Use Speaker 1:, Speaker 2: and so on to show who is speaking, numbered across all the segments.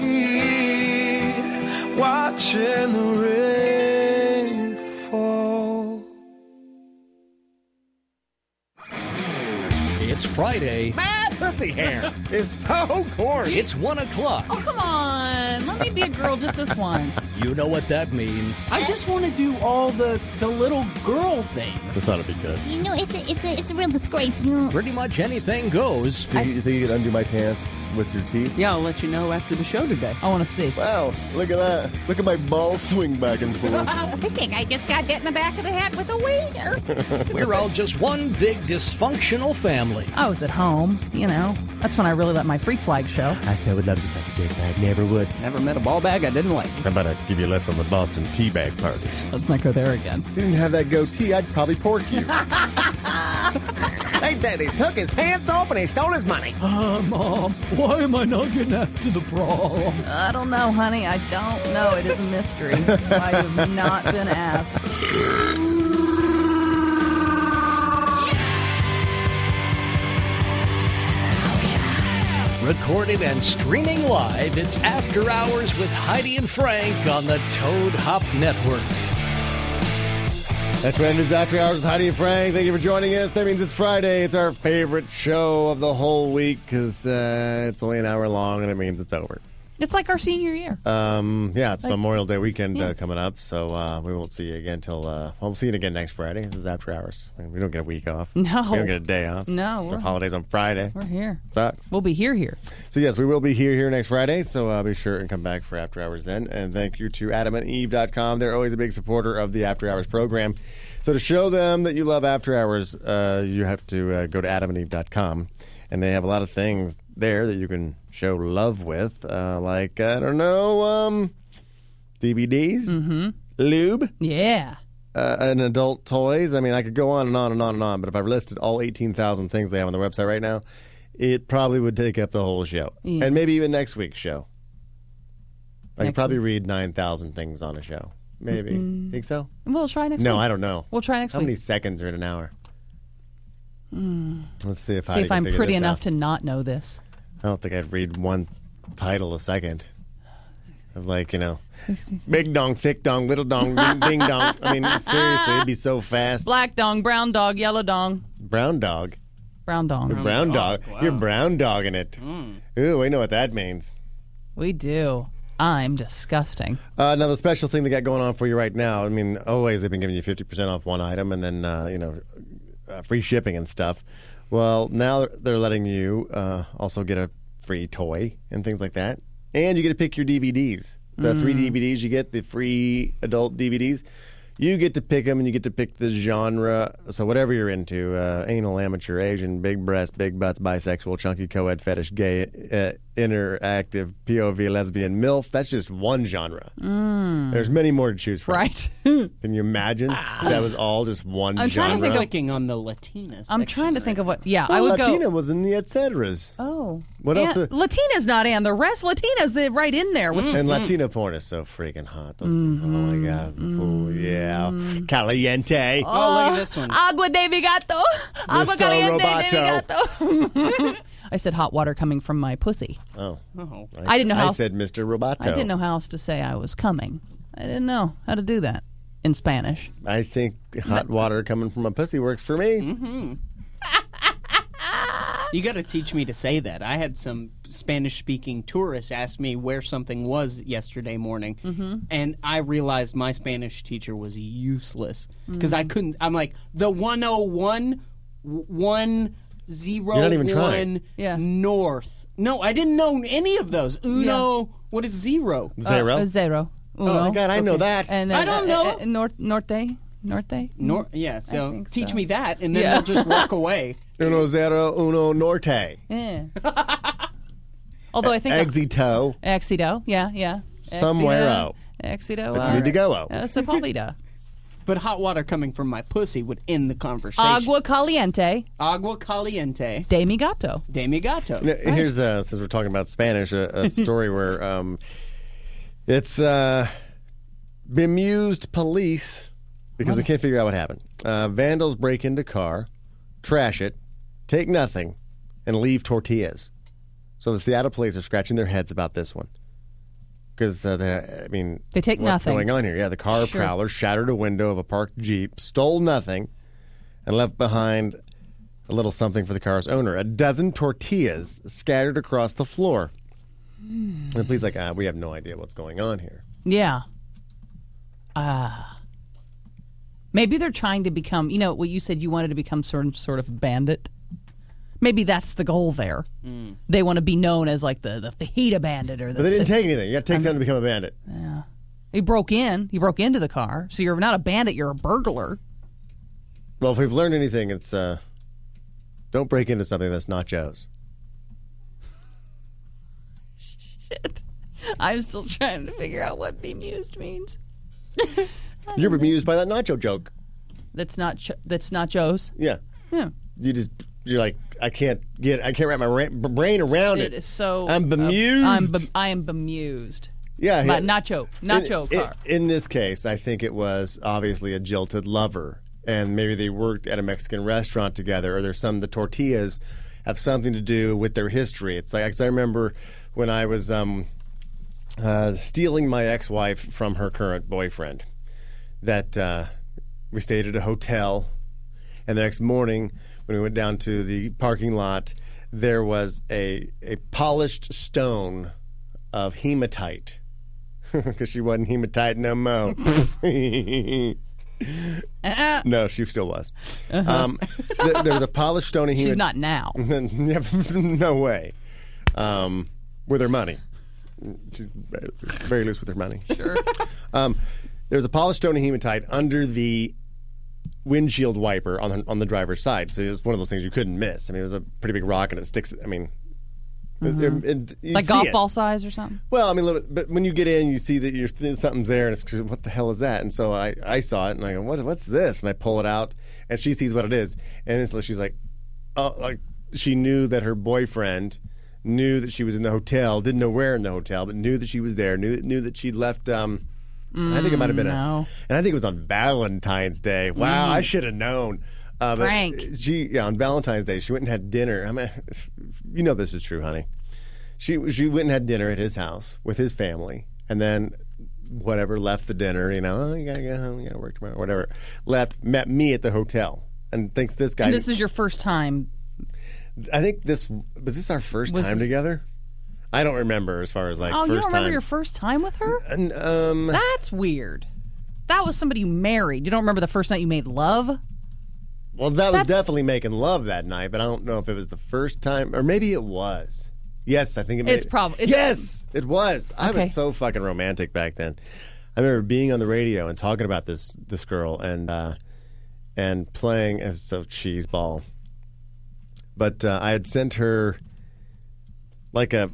Speaker 1: apathy, watching the rain fall.
Speaker 2: It's Friday. Pussy hair is so gorgeous. It's one o'clock.
Speaker 3: Oh, come on. Let me be a girl just this once.
Speaker 2: You know what that means.
Speaker 4: I just want to do all the the little girl thing.
Speaker 2: This ought to be good.
Speaker 5: You know, it's a, it's a, it's a real disgrace. You know,
Speaker 2: Pretty much anything goes.
Speaker 6: Do you, you think you could undo my pants with your teeth?
Speaker 4: Yeah, I'll let you know after the show today. I want to see.
Speaker 6: Wow, look at that. Look at my balls swing back and forth.
Speaker 5: I think I just got hit in the back of the head with a wiener.
Speaker 2: We're all just one big dysfunctional family.
Speaker 3: I was at home, you know. That's when I really let my freak flag show.
Speaker 6: I so would love to suck a dick, but I never would.
Speaker 4: Never met a ball bag I didn't like.
Speaker 7: How about I give you a lesson on the Boston teabag party?
Speaker 4: Let's not go there again.
Speaker 6: If you didn't have that goatee, I'd probably pork you. they, they, they took his pants off and they stole his money.
Speaker 2: Why am I not getting after the prom?
Speaker 3: I don't know, honey. I don't know. It is a mystery. I have not been asked.
Speaker 2: Recorded and streaming live, it's After Hours with Heidi and Frank on the Toad Hop Network.
Speaker 6: That's right, it is After Hours with Heidi and Frank. Thank you for joining us. That means it's Friday. It's our favorite show of the whole week because uh, it's only an hour long and it means it's over.
Speaker 3: It's like our senior year.
Speaker 6: Um, yeah, it's Memorial Day weekend
Speaker 3: yeah.
Speaker 6: uh, coming up, so uh, we won't see you again till uh, well, we'll see you again next Friday. This is After Hours. I mean, we don't get a week off.
Speaker 3: No.
Speaker 6: we don't get a day off.
Speaker 3: No,
Speaker 6: The
Speaker 3: we're-
Speaker 6: holidays on Friday.
Speaker 3: We're here.
Speaker 6: Sucks.
Speaker 3: We'll be here here.
Speaker 6: So yes, we will be here here next Friday. So uh, be sure and come back for After Hours then. And thank you to AdamAndEve.com. They're always a big supporter of the After Hours program. So to show them that you love After Hours, uh, you have to uh, go to AdamAndEve.com, and they have a lot of things there that you can show love with, uh, like I don't know, um, DVDs, lube,
Speaker 3: Yeah.
Speaker 6: uh, and adult toys. I mean, I could go on and on and on and on. But if I've listed all eighteen thousand things they have on their website right now, it probably would take up the whole show, and maybe even next week's show. I could probably read nine thousand things on a show. Maybe think so?
Speaker 3: We'll try next
Speaker 6: No,
Speaker 3: week.
Speaker 6: I don't know.
Speaker 3: We'll try next
Speaker 6: How many
Speaker 3: week. Mm.
Speaker 6: seconds are in an hour? Let's see if
Speaker 3: See
Speaker 6: Heidi
Speaker 3: if
Speaker 6: can
Speaker 3: I'm
Speaker 6: figure
Speaker 3: pretty
Speaker 6: this
Speaker 3: enough
Speaker 6: out.
Speaker 3: to not know this.
Speaker 6: I don't think I'd read one title a second. Of like you know, big dong, thick dong, little dong, ding, ding dong. I mean, seriously, it'd be so fast.
Speaker 3: Black dong, brown dog, yellow dong,
Speaker 6: Brown dog.
Speaker 3: brown dong.
Speaker 6: Brown dog.
Speaker 4: dog,
Speaker 6: You're
Speaker 4: wow. Hmm.
Speaker 6: brown dogging it. Ooh, we know what that means.
Speaker 3: We do. I'm disgusting.
Speaker 6: Uh, now the special thing they got going on for you right now. I mean, always they've been giving you fifty percent off one item, and then uh, you know, uh, free shipping and stuff. Well, now they're letting you uh, also get a free toy and things like that, and you get to pick your DVDs. The
Speaker 3: Mm.
Speaker 6: three DVDs you get, the free adult DVDs, you get to pick them, and you get to pick the genre. So whatever you're into, uh, anal, amateur, Asian, big breast, big butts, bisexual, chunky, co-ed, fetish, gay, uh, interactive, POV, lesbian, MILF. That's just one genre. There's many more to choose from.
Speaker 3: Mm. Right? Ah.
Speaker 6: Can you imagine? if that was all just one
Speaker 3: I'm trying
Speaker 6: genre.
Speaker 3: to think of-
Speaker 4: Clicking on the Latinas.
Speaker 3: I'm trying to think of what. Yeah, I would
Speaker 6: Latina
Speaker 3: go.
Speaker 6: was in the et ceteras.
Speaker 3: Oh.
Speaker 6: What
Speaker 3: and,
Speaker 6: else? uh,
Speaker 3: Latina's not in. The rest Latina's they're right in there with
Speaker 6: and Latina porn is so freaking hot. Those,
Speaker 3: Mm-hmm.
Speaker 6: Oh my god! Oh yeah, caliente.
Speaker 4: Oh, look at this
Speaker 6: Mm.
Speaker 4: one.
Speaker 3: Agua de Vigato. Agua
Speaker 6: Mr.
Speaker 3: caliente de
Speaker 6: Roboto.
Speaker 3: Vigato. I said hot water coming from my pussy.
Speaker 6: Oh,
Speaker 3: I didn't know how
Speaker 6: I said Mr. Roboto.
Speaker 3: I didn't know how else to say I was coming. I didn't know how to do that in Spanish.
Speaker 6: I think hot water coming from a pussy works for me.
Speaker 3: Mm-hmm.
Speaker 4: You got to teach me to say that. I had some Spanish speaking tourists ask me where something was yesterday morning,
Speaker 3: Mm-hmm.
Speaker 4: and I realized my Spanish teacher was useless because
Speaker 3: Mm.
Speaker 4: I couldn't. I'm like, the 101, w- 101
Speaker 6: You're not even trying.
Speaker 3: Yeah.
Speaker 4: north. No, I didn't know any of those. Uno, what is zero?
Speaker 6: Zero.
Speaker 3: Uh, zero.
Speaker 6: oh
Speaker 3: Uno.
Speaker 6: my god, I know that.
Speaker 3: And
Speaker 4: I don't know.
Speaker 3: north, norte, norte.
Speaker 4: Nor- yeah, so
Speaker 3: think
Speaker 4: teach
Speaker 3: so.
Speaker 4: me that, and then
Speaker 3: Yeah.
Speaker 4: they'll just walk away.
Speaker 6: uno zero uno norte.
Speaker 3: Yeah. Although I think
Speaker 6: Exito.
Speaker 3: Exito. Yeah, yeah.
Speaker 6: Somewhere-o.
Speaker 3: Exito.
Speaker 6: But you need to go-o.
Speaker 3: Uh, Sepulveda.
Speaker 4: But hot water coming from my pussy would end the conversation.
Speaker 3: Agua caliente
Speaker 4: Agua caliente.
Speaker 3: de mi gato.
Speaker 4: De mi gato.
Speaker 6: No, Here's uh, since we're talking about Spanish, a, a story where um, it's uh, bemused police because they can't figure out what happened. Uh, vandals break into car, trash it, take nothing, and leave tortillas. So the Seattle police are scratching their heads about this one because uh, they- I mean,
Speaker 3: They take
Speaker 6: what's
Speaker 3: nothing.
Speaker 6: going on here? Yeah, the car
Speaker 3: Sure.
Speaker 6: prowler shattered a window of a parked jeep, stole nothing, and left behind a little something for the car's owner: a dozen tortillas scattered across the floor.
Speaker 3: Hmm.
Speaker 6: And the police like, ah, we have no idea what's going on here.
Speaker 3: Yeah. Ah. Uh, maybe they're trying to become, you know, what you said you wanted to become some sort of bandit. Maybe that's the goal there. They want to be known as like the, the fajita bandit or the.
Speaker 6: But they didn't take anything. You got to take something to become a bandit.
Speaker 3: he broke in. He broke into the car. So you're not a bandit, you're a burglar.
Speaker 6: Well, if we've learned anything, it's uh, don't break into something that's not Joe's.
Speaker 3: Shit. I'm still trying to figure out what being used means.
Speaker 6: You're bemused by that nacho joke.
Speaker 3: That's not Cho- that's not Joe's.
Speaker 6: Yeah.
Speaker 3: Yeah.
Speaker 6: You just you're like I can't get I can't wrap my ra- b- brain around it.
Speaker 3: It is so. uh,
Speaker 6: I'm bemused.
Speaker 3: I'm bem- I am bemused.
Speaker 6: yeah,
Speaker 3: But
Speaker 6: yeah.
Speaker 3: nacho, nacho
Speaker 6: in,
Speaker 3: car.
Speaker 6: In, in this case, I think it was obviously a jilted lover, and maybe they worked at a Mexican restaurant together, or there's some the tortillas have something to do with their history. It's like 'cause I remember when I was um, uh, stealing my ex-wife from her current boyfriend. That uh, we stayed at a hotel, and the next morning when we went down to the parking lot, there was a a polished stone of hematite because she wasn't hematite no mo. no, she still was. Um, th- there was a polished stone of hematite.
Speaker 3: She's not now.
Speaker 6: Mm-hmm. Yeah, no way. Um, with her money. She's very- very loose with her money. Sure. um, there's a polished stone of hematite under the windshield wiper on the, on the driver's side. So it was one of those things you couldn't miss. I mean, it was a pretty big rock and it sticks. I mean, it- it- it- you
Speaker 3: Mm-hmm. Like
Speaker 6: see
Speaker 3: golf
Speaker 6: it.
Speaker 3: ball size or something.
Speaker 6: Well, I mean, look, but when you get in, you see that you're th- something's there, and it's what the hell is that? And so I, I saw it, and I go, what, what's this? And I pull it out, and she sees what it is, and so she's like, oh, like she knew that her boyfriend knew that she was in the hotel, didn't know where in the hotel, but knew that she was there, knew knew that she left. Um, I think it might have been
Speaker 3: Mm, no. Mm.
Speaker 6: a, and I think it was on Valentine's Day. Wow, I should have known. Uh, but
Speaker 3: Frank.
Speaker 6: she yeah, on Valentine's Day she went and had dinner. I mean, you know this is true, honey. She she went and had dinner at his house with his family, and then whatever left the dinner. You know, oh, you gotta go home, you gotta work tomorrow, whatever. Left, met me at the hotel, and thinks this guy.
Speaker 3: This is your first time.
Speaker 6: I think this was this our first
Speaker 3: Was
Speaker 6: time
Speaker 3: this-
Speaker 6: together. I don't remember as far as like
Speaker 3: Oh,
Speaker 6: first
Speaker 3: you don't remember
Speaker 6: times.
Speaker 3: your first time with her?
Speaker 6: And, um,
Speaker 3: That's weird. That was somebody you married. You don't remember the first night you made love?
Speaker 6: well, that was
Speaker 3: That's-
Speaker 6: definitely making love that night, but I don't know if it was the first time, or maybe it was. Yes, I think it.
Speaker 3: It's
Speaker 6: may-
Speaker 3: prob- it's-
Speaker 6: yes, it was. I
Speaker 3: Okay.
Speaker 6: was so fucking romantic back then. I remember being on the radio and talking about this this girl and uh, and playing as so cheese ball. But uh, I had sent her like a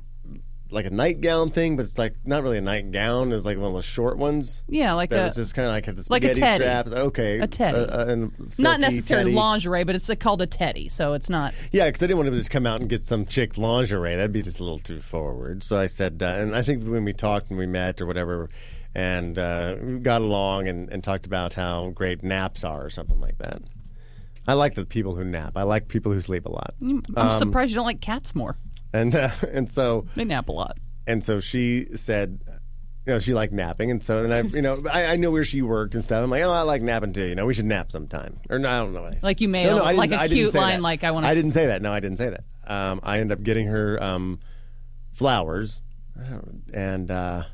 Speaker 6: like a nightgown thing, but it's like not really a nightgown. It was like one of those short ones.
Speaker 3: Yeah, like
Speaker 6: that
Speaker 3: a-
Speaker 6: was just kind of like had the
Speaker 3: like a
Speaker 6: spaghetti
Speaker 3: teddy.
Speaker 6: straps. Okay,
Speaker 3: A teddy.
Speaker 6: uh, uh, and
Speaker 3: Not
Speaker 6: silky
Speaker 3: necessarily
Speaker 6: teddy.
Speaker 3: lingerie, but it's uh, called a teddy, so it's not.
Speaker 6: Yeah, because I didn't want to just come out and get some chick lingerie. That'd be just a little too forward. So I said, uh, and I think when we talked and we met or whatever, and uh, we got along and, and talked about how great naps are or something like that. I like the people who nap. I like people who sleep a lot.
Speaker 3: I'm
Speaker 6: Um,
Speaker 3: surprised you don't like cats more.
Speaker 6: And uh, and so
Speaker 3: They nap a lot.
Speaker 6: and so she said, you know, she liked napping, and so then I, you know, I, I know where she worked and stuff. I'm like, oh, I like napping too. You know, we should nap sometime. Or no, I don't know. What I said.
Speaker 3: Like you made
Speaker 6: no, no,
Speaker 3: a-
Speaker 6: I didn't-
Speaker 3: like a
Speaker 6: I didn't
Speaker 3: cute
Speaker 6: say
Speaker 3: line,
Speaker 6: that.
Speaker 3: like, I wanna
Speaker 6: I
Speaker 3: s-
Speaker 6: didn't say that. No, I didn't say that. Um, I ended up getting her um, flowers, I don't- and uh,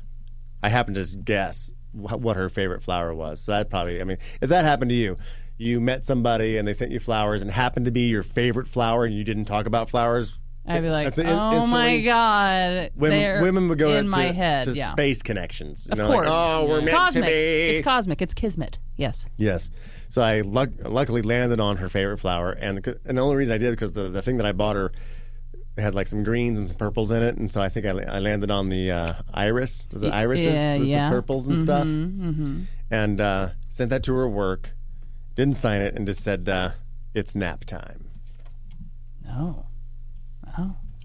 Speaker 6: I happened to just guess wh- what her favorite flower was. So that probably, I mean, if that happened to you. You met somebody and they sent you flowers and happened to be your favorite flower and you didn't talk about flowers.
Speaker 3: I'd be like,
Speaker 6: That's in-
Speaker 3: oh my
Speaker 6: instantly-
Speaker 3: God.
Speaker 6: Women,
Speaker 3: They're
Speaker 6: women would go
Speaker 3: in
Speaker 6: to,
Speaker 3: my head.
Speaker 6: to
Speaker 3: yeah.
Speaker 6: space connections. you
Speaker 3: Of
Speaker 6: know, like,
Speaker 3: course.
Speaker 6: oh, we're
Speaker 3: it's
Speaker 6: meant
Speaker 3: cosmic.
Speaker 6: to be.
Speaker 3: It's cosmic. It's kismet. Yes.
Speaker 6: yes. So I luck- luckily landed on her favorite flower, and the, and the only reason I did because the the thing that I bought her had like some greens and some purples in it, and so I think I, la- I landed on the uh, iris. Was it irises?
Speaker 3: yeah,
Speaker 6: the, the
Speaker 3: yeah.
Speaker 6: purples and stuff. Mm-hmm. And uh, sent that to her work. Didn't sign it, and just said uh, it's nap time.
Speaker 3: No.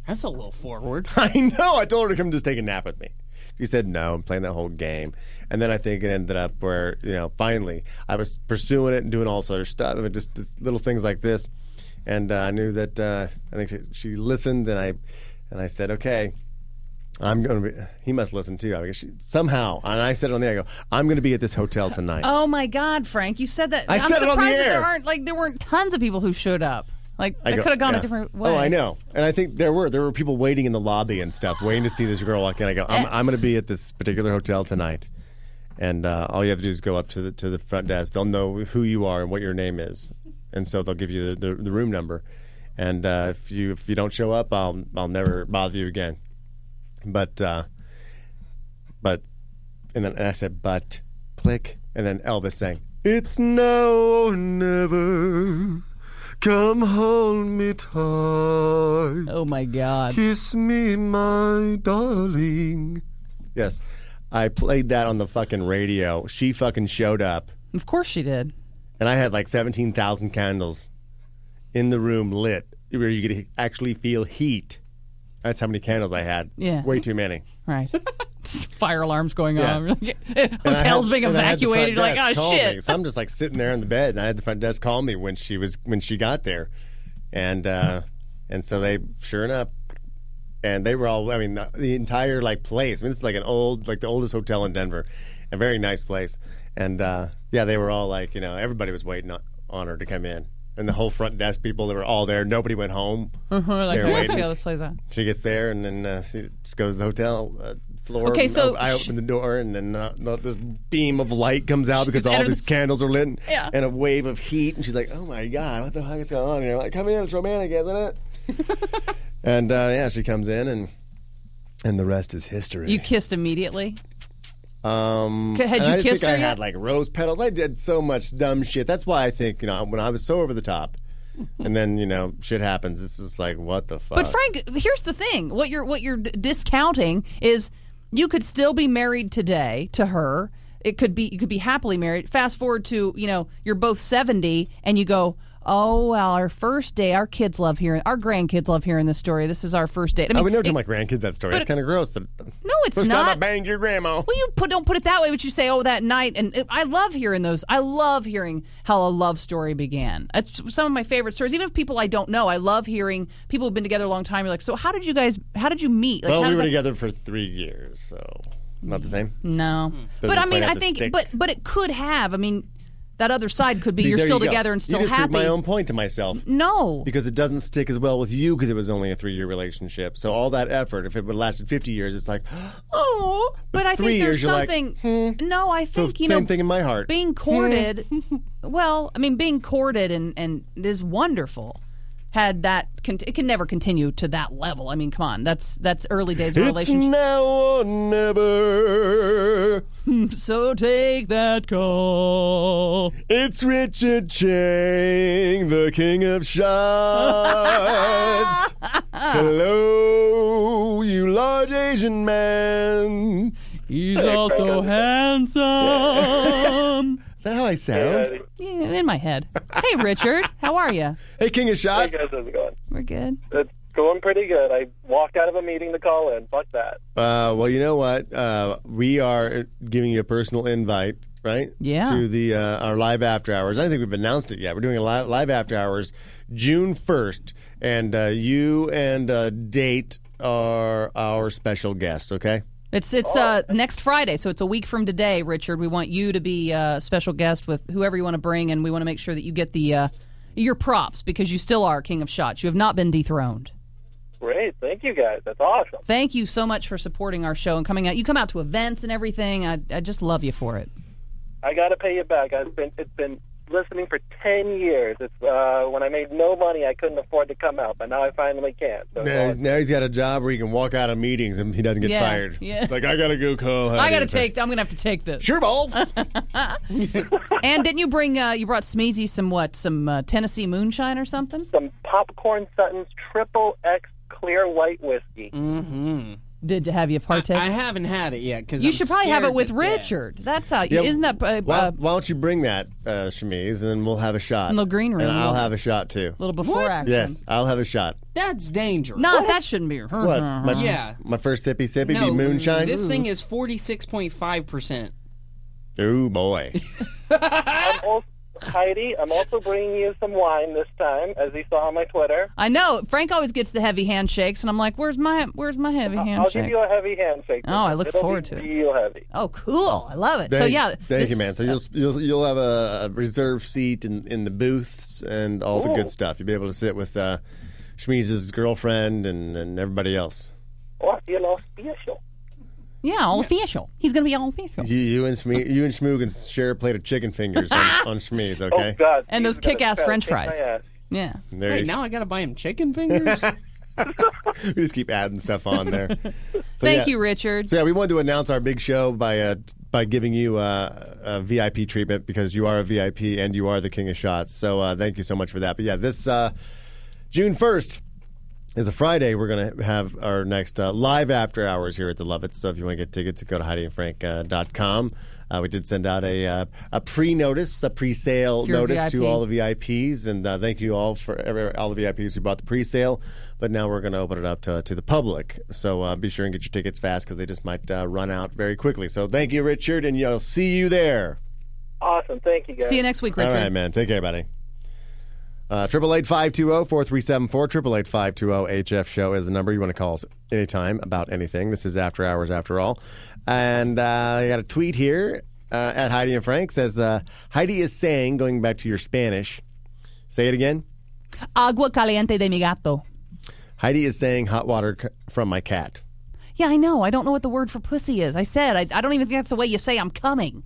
Speaker 4: That's a little forward.
Speaker 6: I know. I told her to come just take a nap with me. She said no. I'm playing that whole game, and then I think it ended up where you know finally I was pursuing it and doing all this other stuff, but just this little things like this, and uh, I knew that uh, I think she, she listened, and I And I said, okay, I'm going to be. He must listen too. I guess she, somehow. And I said it on the air. I go, I'm going to be at this hotel tonight.
Speaker 3: Oh my God, Frank! You said that.
Speaker 6: I
Speaker 3: am
Speaker 6: said it on the
Speaker 3: surprised that there
Speaker 6: air.
Speaker 3: aren't like there weren't tons of people who showed up. Like
Speaker 6: I
Speaker 3: it
Speaker 6: go,
Speaker 3: could have gone
Speaker 6: yeah.
Speaker 3: a different way.
Speaker 6: Oh, I know. And I think there were there were people waiting in the lobby and stuff, waiting to see this girl walk in. I go, I'm, I'm going to be at this particular hotel tonight, and uh, all you have to do is go up to the to the front desk. They'll know who you are and what your name is, and so they'll give you the, the, the room number. And uh, if you if you don't show up, I'll I'll never bother you again. But uh, but and then and I said, but click, and then Elvis sang, "It's now or never." Come hold me tight.
Speaker 3: Oh my God!
Speaker 6: Kiss me, my darling. Yes. I played that on the fucking radio. She fucking showed up.
Speaker 3: Of course she did.
Speaker 6: And I had like 17,000 candles in the room lit where you could actually feel heat. That's how many candles I had.
Speaker 3: Yeah.
Speaker 6: Way too many.
Speaker 3: Right. Fire alarms going
Speaker 6: Yeah.
Speaker 3: on.
Speaker 6: And I had-
Speaker 3: Hotels being
Speaker 6: and I had the front
Speaker 3: evacuated. You're Like
Speaker 6: desk
Speaker 3: oh
Speaker 6: call
Speaker 3: shit.
Speaker 6: me. So I'm just like sitting there in the bed, and I had the front desk call me when she was when she got there, and uh, and so they sure enough, and they were all. I mean, the, the entire like place. I mean, this is like an old like the oldest hotel in Denver, a very nice place, and uh, yeah, they were all like you know everybody was waiting on, on her to come in. And the whole front desk people, they were all there. Nobody went home.
Speaker 3: We're Uh-huh, like,
Speaker 6: They're
Speaker 3: I gotta
Speaker 6: waiting.
Speaker 3: see how this plays out.
Speaker 6: She gets there, and then uh, she goes to the hotel uh, floor.
Speaker 3: Okay, so
Speaker 6: I
Speaker 3: sh-
Speaker 6: open the door, and then uh, no- this beam of light comes out because all
Speaker 3: enters-
Speaker 6: these candles are lit, and,
Speaker 3: Yeah.
Speaker 6: and a wave of heat. And she's like, "Oh my god, what the fuck is going on here?" I'm like, come in, it's romantic, isn't it? and uh, yeah, she comes in, and and the rest is history.
Speaker 3: You kissed immediately.
Speaker 6: um,
Speaker 3: Had
Speaker 6: and
Speaker 3: you
Speaker 6: I
Speaker 3: kissed
Speaker 6: think
Speaker 3: her
Speaker 6: I
Speaker 3: yet?
Speaker 6: had like rose petals. I did so much dumb shit. That's why I think you know when I was so over the top, and then you know shit happens. This is like what the fuck.
Speaker 3: But Frank, here's the thing: what you're what you're d- discounting is you could still be married today to her. It could be you could be happily married. Fast forward to you know you're both seventy, and you go, oh well, our first day, our kids love hearing, our grandkids love hearing this story. This is our first date. I mean,
Speaker 6: I would Oh, never
Speaker 3: it-
Speaker 6: tell my grandkids that story. It's kind of gross. No,
Speaker 3: it's
Speaker 6: First time I
Speaker 3: not.
Speaker 6: banged your grandma.
Speaker 3: Well, you put don't put it that way, but you say, "Oh, that night," and it- I love hearing those. I love hearing how a love story began. It's some of my favorite stories, even if people I don't know. I love hearing people who've been together a long time. You're like, "So, how did you guys? How did you meet?" Like,
Speaker 6: Well,
Speaker 3: how
Speaker 6: we
Speaker 3: did
Speaker 6: were
Speaker 3: that-
Speaker 6: together for three years, so not the same.
Speaker 3: No, but
Speaker 6: Hmm. Doesn't
Speaker 3: I mean,
Speaker 6: quite have
Speaker 3: I
Speaker 6: the
Speaker 3: think,
Speaker 6: stick.
Speaker 3: but but it could have. I mean, that other side could be
Speaker 6: See,
Speaker 3: you're
Speaker 6: there
Speaker 3: still
Speaker 6: you go.
Speaker 3: together and still
Speaker 6: you just
Speaker 3: happy. Mm.
Speaker 6: proved my own point to myself
Speaker 3: No,
Speaker 6: because it doesn't stick as well with you because it was only a three-year relationship. So all that effort, if it would have lasted fifty years, it's like, oh,
Speaker 3: but I
Speaker 6: three
Speaker 3: think there's
Speaker 6: years, you're like, hmm.
Speaker 3: something. No, I
Speaker 6: so
Speaker 3: think
Speaker 6: same
Speaker 3: you know.
Speaker 6: thing in my heart.
Speaker 3: being courted well i mean being courted and and is wonderful had that con- it can never continue to that level i mean come on that's that's early days of a
Speaker 6: It's
Speaker 3: relationship
Speaker 6: now or never.
Speaker 3: so take that call
Speaker 6: It's Richard Chang, the king of shots. Hello, you large Asian man.
Speaker 3: he's also handsome
Speaker 6: Is that how I sound?
Speaker 3: yeah, in my head hey richard how are you
Speaker 6: Hey, king of shots.
Speaker 8: Hey guys, how's it going?
Speaker 3: we're good
Speaker 8: It's going pretty good. I walked out of a meeting to call in. Fuck that.
Speaker 6: Uh, well, you know what? Uh, we are giving you a personal invite, right?
Speaker 3: Yeah.
Speaker 6: To the uh, our live after hours. I don't think we've announced it yet. We're doing a live, live after hours June first, and uh, you and uh, Date are our special guests. Okay.
Speaker 3: It's it's uh, next Friday, so it's a week from today, Richard. We want you to be a special guest with whoever you want to bring, and we want to make sure that you get the uh, your props because you still are king of shots. You have not been dethroned.
Speaker 8: Great. Thank you guys. That's awesome.
Speaker 3: Thank you so much for supporting our show and coming out. You come out to events and everything. I, I just love you for it.
Speaker 8: I gotta pay you back. I've been it's been listening for ten years. It's uh when I made no money I couldn't afford to come out, but now I finally can. So
Speaker 6: Now,
Speaker 8: uh,
Speaker 6: he's- now he's got a job where he can walk out of meetings and he doesn't get
Speaker 3: Yeah,
Speaker 6: fired.
Speaker 3: yeah.
Speaker 6: It's like I gotta go call.
Speaker 3: I
Speaker 6: Heidi
Speaker 3: gotta
Speaker 6: and say,
Speaker 3: take. I'm gonna have to take this.
Speaker 6: sure balls.
Speaker 3: And didn't you bring? Uh, you brought Smeezy some what? Some uh, Tennessee moonshine or something?
Speaker 8: some popcorn Sutton's triple X clear white whiskey.
Speaker 3: Mm. Did have you partake?
Speaker 4: I haven't had it yet because
Speaker 3: you should probably have it with Richard. That's how.
Speaker 6: Yeah,
Speaker 3: Isn't that uh, a
Speaker 6: why, why don't you bring that, uh, Shamiz, and then we'll have a shot.
Speaker 3: In the green room,
Speaker 6: And I'll
Speaker 3: we'll-
Speaker 6: have a shot too.
Speaker 3: little before action?
Speaker 6: Yes, I'll have a shot.
Speaker 4: That's dangerous.
Speaker 3: No, that shouldn't be.
Speaker 6: What?
Speaker 3: Uh-huh.
Speaker 6: My,
Speaker 4: Yeah.
Speaker 6: My first sippy sippy
Speaker 4: No,
Speaker 6: be moonshine.
Speaker 4: This thing is forty six point five percent.
Speaker 6: Ooh boy.
Speaker 8: I'm old Heidi, I'm also bringing you some wine this time, as you saw on my Twitter.
Speaker 3: I know Frank always gets the heavy handshakes, and I'm like, "Where's my where's my heavy
Speaker 8: I'll give
Speaker 3: handshake?"
Speaker 8: you a heavy handshake.
Speaker 3: Oh, I look
Speaker 8: It'll
Speaker 3: forward
Speaker 8: be
Speaker 3: to it.
Speaker 8: Real heavy.
Speaker 3: Oh, cool! I love it. so
Speaker 6: Thank-
Speaker 3: yeah,
Speaker 6: thank
Speaker 3: this-
Speaker 6: you, man. So you'll you'll you'll have a reserve seat in, in the booths and all the good stuff. You'll be able to sit with uh, Shmeez's girlfriend and, and everybody else.
Speaker 8: Oh, I feel all special.
Speaker 3: Yeah, all official. He's gonna be all official.
Speaker 6: You, you and Shmee, you and Shmoo can share a plate of chicken fingers on, on Shmeez. Okay.
Speaker 8: Oh, God.
Speaker 3: And those
Speaker 8: He's gonna
Speaker 3: kick-ass
Speaker 8: try to
Speaker 3: french
Speaker 8: kick my
Speaker 3: fries.
Speaker 8: ass.
Speaker 3: Yeah.
Speaker 6: There
Speaker 4: Wait,
Speaker 6: you-
Speaker 4: now I gotta buy him chicken fingers.
Speaker 6: we just keep adding stuff on there. So,
Speaker 3: Thank
Speaker 6: yeah.
Speaker 3: you, Richard.
Speaker 6: So yeah, we wanted to announce our big show by uh, t- by giving you uh, a VIP treatment because you are a VIP and you are the king of shots. So uh, thank you so much for that. But yeah, this uh, June first is a Friday. We're gonna have our next uh, live after hours here at the Lovett. So if you want to get tickets, go to HeidiandFrank.com. Uh, we did send out a uh, a pre notice, a pre sale
Speaker 3: you're a
Speaker 6: notice to
Speaker 3: VIP.
Speaker 6: all the VIPs, and uh, thank you all for every, all the VIPs who bought the pre sale. But now we're going to open it up to, to the public. So uh, be sure and get your tickets fast because they just might uh, run out very quickly. So thank you, Richard, and I'll see you there.
Speaker 8: Awesome. Thank you, guys.
Speaker 3: See you next week,
Speaker 6: All
Speaker 3: Richard.
Speaker 6: right, man. Take care, buddy. Triple eight five two zero four three seven four. Triple eight five two zero HF show is the number you want to call us anytime about anything. This is after hours, after all. And uh, I got a tweet here uh, at Heidi and Frank says uh, Heidi is saying, going back to your Spanish, say it again.
Speaker 3: Agua caliente de mi gato.
Speaker 6: Heidi is saying hot water c- from my cat.
Speaker 3: Yeah, I know. I don't know what the word for pussy is. I said I, I don't even think that's the way you say I'm coming.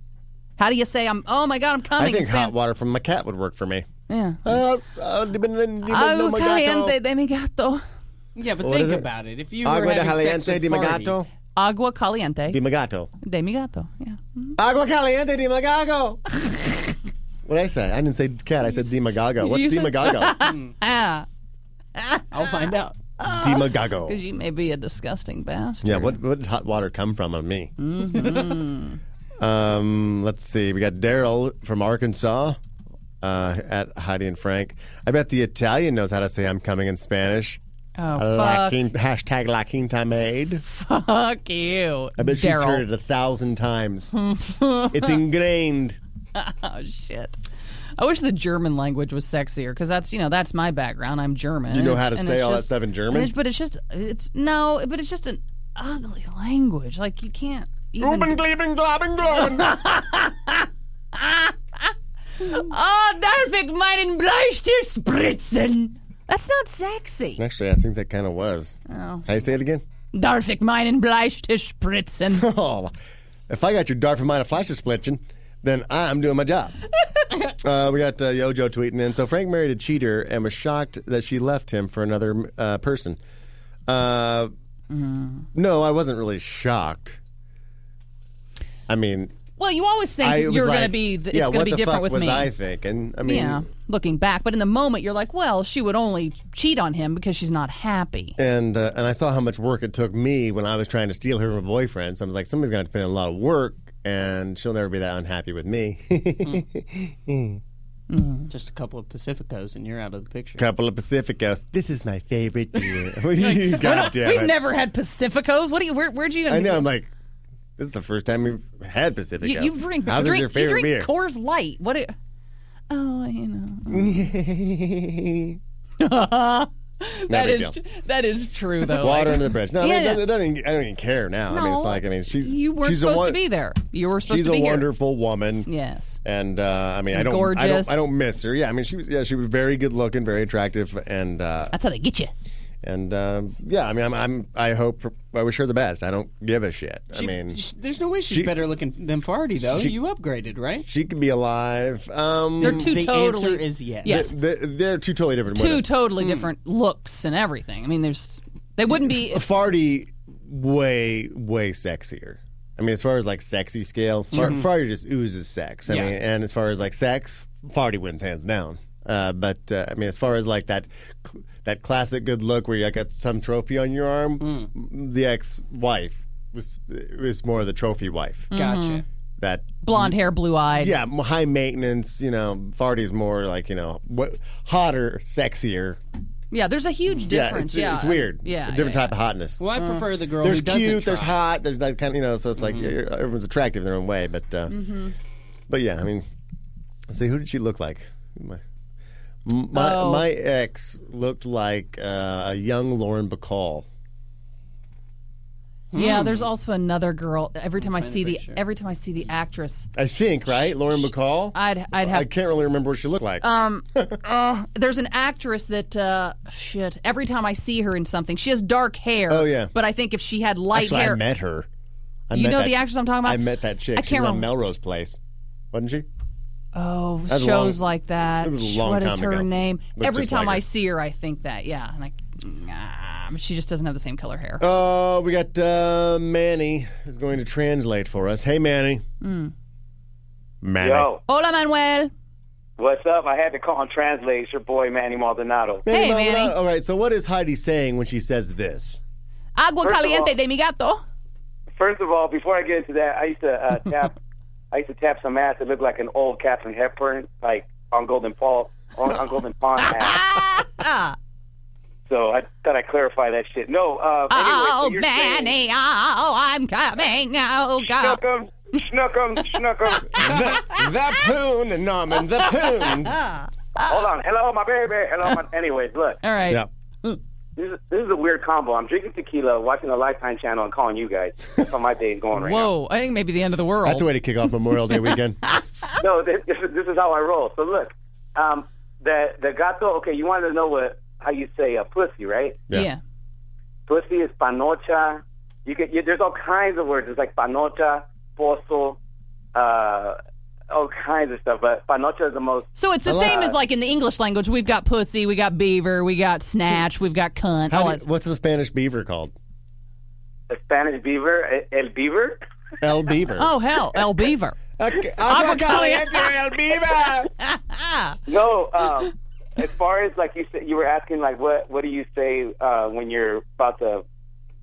Speaker 3: How do you say I'm? Oh my God, I'm coming.
Speaker 6: I think
Speaker 3: in Spanish?
Speaker 6: hot water from my cat would work for me.
Speaker 3: Yeah.
Speaker 6: Uh, uh, depending- depending on
Speaker 3: Agua
Speaker 6: my gato.
Speaker 3: caliente de mi gato.
Speaker 4: yeah, but
Speaker 6: What
Speaker 4: think
Speaker 6: is it?
Speaker 4: about it. If you were
Speaker 6: Agua de
Speaker 4: having sex
Speaker 6: caliente
Speaker 4: with
Speaker 6: de mi
Speaker 4: Farty-
Speaker 6: gato.
Speaker 3: Agua caliente
Speaker 6: De mi gato.
Speaker 3: de mi gato. Yeah.
Speaker 6: Agua caliente dimagago. what did I say? I didn't say cat. I said dimagago. What's
Speaker 3: You said-
Speaker 6: dimagago?
Speaker 3: Ah,
Speaker 4: I'll find out.
Speaker 6: dimagago.
Speaker 3: because you may be a disgusting bastard.
Speaker 6: Yeah. What, what did hot water come from on me?
Speaker 3: Mm-hmm.
Speaker 6: um, let's see. We got Daryl from Arkansas uh, at Heidi and Frank. I bet the Italian knows how to say "I'm coming" in Spanish.
Speaker 3: Oh
Speaker 6: La
Speaker 3: fuck!
Speaker 6: quin- hashtag La Quinta Maid.
Speaker 3: Fuck you,
Speaker 6: I bet she's heard
Speaker 3: Daryl.
Speaker 6: it a thousand times. it's ingrained.
Speaker 3: Oh shit! I wish the German language was sexier because that's you know that's my background. I'm German.
Speaker 6: You
Speaker 3: and
Speaker 6: know
Speaker 3: it's-
Speaker 6: how to
Speaker 3: and
Speaker 6: say
Speaker 3: it's
Speaker 6: all that
Speaker 3: just-
Speaker 6: stuff in German?
Speaker 3: and it's- but it's just it's no, but it's just an ugly language. Like you can't. Even,
Speaker 6: gleben, globen, globen.
Speaker 3: oh, darf ich meinen Bleistift spritzen? That's not sexy.
Speaker 6: Actually, I think that kind of was. Oh. How you say it again?
Speaker 3: Darf ich meinen Bleistift spritzen?
Speaker 6: Oh, if I got your dart from mine a flash is splitching, then I'm doing my job. uh, we got uh, Yojo tweeting in. So Frank married a cheater and was shocked that she left him for another uh, person. Uh,
Speaker 3: Mm.
Speaker 6: No, I wasn't really shocked. I mean,
Speaker 3: Well, you always think
Speaker 6: I was
Speaker 3: you're going to
Speaker 6: like,
Speaker 3: be. th-
Speaker 6: yeah,
Speaker 3: it's going to
Speaker 6: what
Speaker 3: be
Speaker 6: the
Speaker 3: different
Speaker 6: fuck
Speaker 3: with
Speaker 6: was
Speaker 3: me.
Speaker 6: I thinking? I mean,
Speaker 3: yeah, looking back, but in the moment you're like, well, she would only cheat on him because she's not happy.
Speaker 6: and uh, and I saw how much work it took me when I was trying to steal her from a boyfriend. So I was like, somebody's going to put in a lot of work, and she'll never be that unhappy with me.
Speaker 4: Just a couple of Pacificos and you're out of the picture.
Speaker 6: Couple of Pacificos. This is my favorite beer. You God damn
Speaker 3: We've
Speaker 6: it.
Speaker 3: never had Pacificos. What do you? Where, where'd you?
Speaker 6: I know. I'm like, this is the first time we've had Pacifico.
Speaker 3: You, you drink.
Speaker 6: How's
Speaker 3: drink
Speaker 6: this your
Speaker 3: you drink
Speaker 6: favorite beer?
Speaker 3: Coors Light. What? do- oh, you know. that
Speaker 6: big
Speaker 3: is
Speaker 6: deal.
Speaker 3: tr- that is true though. Like,
Speaker 6: Water under the bridge. No, I, mean,
Speaker 3: Yeah.
Speaker 6: it doesn't, it doesn't even- I don't even care now. I mean, it's like, I mean, she's
Speaker 3: you weren't
Speaker 6: she's a
Speaker 3: supposed
Speaker 6: won-
Speaker 3: to be there. You were supposed
Speaker 6: She's
Speaker 3: to
Speaker 6: a
Speaker 3: be here.
Speaker 6: wonderful woman.
Speaker 3: Yes.
Speaker 6: And uh, I mean, I don't, I
Speaker 3: Gorgeous.
Speaker 6: don't, I don't miss her. Yeah, I mean, she was, yeah, she was very good looking, very attractive, and uh,
Speaker 3: That's how they get you.
Speaker 6: and um, yeah, I mean, I'm, I'm, I hope, I wish her the best. I don't give a shit. I mean,
Speaker 4: Sh- There's no way she's
Speaker 6: She-
Speaker 4: better looking than Farty though.
Speaker 6: She-
Speaker 4: you upgraded, right?
Speaker 6: she could be alive. Um,
Speaker 3: They're two
Speaker 4: the
Speaker 3: totally.
Speaker 4: answer is yes.
Speaker 3: Yes.
Speaker 6: They- They're two totally different
Speaker 3: two
Speaker 6: women.
Speaker 3: totally different looks and everything. I mean, there's they wouldn't
Speaker 6: Mm.
Speaker 3: be.
Speaker 6: Farty, way, way sexier. I mean, as far as like sexy scale, Far- Farty just oozes sex. I
Speaker 4: Yeah.
Speaker 6: mean, and as far as like sex, Farty wins hands down. Uh, but uh, I mean, as far as like that, cl- that classic good look where you got some trophy on your arm, the ex-wife was was more the trophy wife.
Speaker 3: Mm-hmm.
Speaker 4: Gotcha.
Speaker 6: That
Speaker 3: blonde hair, blue eyed.
Speaker 6: Mm. yeah, m- high maintenance. You know, Farty's more like you know, what hotter, sexier.
Speaker 3: Yeah, there's a huge
Speaker 6: Yeah,
Speaker 3: difference.
Speaker 6: it's,
Speaker 3: Yeah,
Speaker 6: it's weird.
Speaker 3: Yeah,
Speaker 6: a different
Speaker 3: yeah,
Speaker 6: type of hotness.
Speaker 4: Well, I
Speaker 3: Mm.
Speaker 4: prefer the girl
Speaker 6: there's
Speaker 4: who doesn't
Speaker 6: cute, there's
Speaker 4: try.
Speaker 6: hot, there's
Speaker 3: Mm-hmm.
Speaker 6: e-, that kind of you know. So it's like you're- everyone's attractive in their own way, but uh, but yeah, I mean, See, who did she look like? My my,
Speaker 3: Oh.
Speaker 6: my ex looked like uh, a young Lauren Bacall. Mm.
Speaker 3: Yeah, there's also another girl. Every time I see the
Speaker 4: picture.
Speaker 3: every time I see the actress,
Speaker 6: I think, right? Lauren Bacall?
Speaker 3: I'd I'd
Speaker 6: I
Speaker 3: have Um,
Speaker 6: can't really remember what she looked like.
Speaker 3: there's an actress that uh, shit. Every time I see her in something, she has dark hair.
Speaker 6: Oh, yeah.
Speaker 3: but I think if she had light
Speaker 6: Actually,
Speaker 3: hair,
Speaker 6: I met her. I
Speaker 3: You
Speaker 6: met
Speaker 3: know
Speaker 6: that-
Speaker 3: the actress I'm talking about?
Speaker 6: I met that chick.
Speaker 3: I
Speaker 6: she
Speaker 3: can't
Speaker 6: was on
Speaker 3: remem-
Speaker 6: Melrose Place, wasn't she?
Speaker 3: oh,
Speaker 6: was a
Speaker 3: shows
Speaker 6: long-
Speaker 3: like that.
Speaker 6: it was a
Speaker 3: Sh-
Speaker 6: long
Speaker 3: what is
Speaker 6: time
Speaker 3: her
Speaker 6: ago.
Speaker 3: name?
Speaker 6: Looked
Speaker 3: every
Speaker 6: just
Speaker 3: time
Speaker 6: like
Speaker 3: I
Speaker 6: her.
Speaker 3: see her, I think that. Yeah, and I, nah, she just doesn't have the same color hair.
Speaker 6: Uh, we got uh, Manny is going to translate for us. Hey, Manny.
Speaker 3: Mm.
Speaker 6: Manny.
Speaker 9: Yo,
Speaker 3: Hola, Manuel.
Speaker 9: what's up? I had to call and translate. It's your boy Manny Maldonado.
Speaker 3: Hey,
Speaker 6: Manny.
Speaker 3: Manny.
Speaker 6: All right, so what is Heidi saying when she says this?
Speaker 3: Agua
Speaker 9: First of
Speaker 3: caliente
Speaker 9: all-
Speaker 3: de mi gato.
Speaker 9: First of all, before I get into that, I used to uh, tap, I used to tap some ass that looked like an old Catherine Hepburn, like on Golden Paul, on, on Golden Pond ass. So I thought I clarify that shit. No, uh, anyway,
Speaker 3: Oh,
Speaker 9: what you're saying-
Speaker 3: Manny, oh, I'm coming. Oh, God.
Speaker 9: Snuck 'em, snuck 'em, snuck 'em.
Speaker 6: the poon, Norman, the poon.
Speaker 9: Hold on. Hello, my baby. Hello, my. Anyways, look.
Speaker 3: All right.
Speaker 6: yeah.
Speaker 9: This is, this is a weird combo. I'm drinking tequila, watching the Lifetime channel, and calling you guys. That's how my day is going right now.
Speaker 3: Whoa, I think maybe the end of the world.
Speaker 6: That's a way to kick off Memorial Day weekend.
Speaker 9: no, this, this, is- this is how I roll. So look, um, the the gato. Okay, you wanted to know what how you say a pussy, right?
Speaker 3: yeah.
Speaker 9: Pussy is panocha. You can you, there's all kinds of words. It's like panocha, pozo, uh, all kinds of stuff. But panocha is the most.
Speaker 3: So it's the same as like in the English language. We've got pussy, we got beaver, we got snatch, we've got cunt.
Speaker 6: How
Speaker 3: all
Speaker 6: do you-
Speaker 3: that-
Speaker 6: what's the Spanish beaver called?
Speaker 9: The Spanish beaver, eh, el beaver.
Speaker 6: El beaver.
Speaker 3: oh hell, el beaver.
Speaker 6: Okay, agua
Speaker 3: caliente.
Speaker 6: caliente, El beaver.
Speaker 9: No, um, as far as like you said, you were asking like what what do you say uh, when you're about to.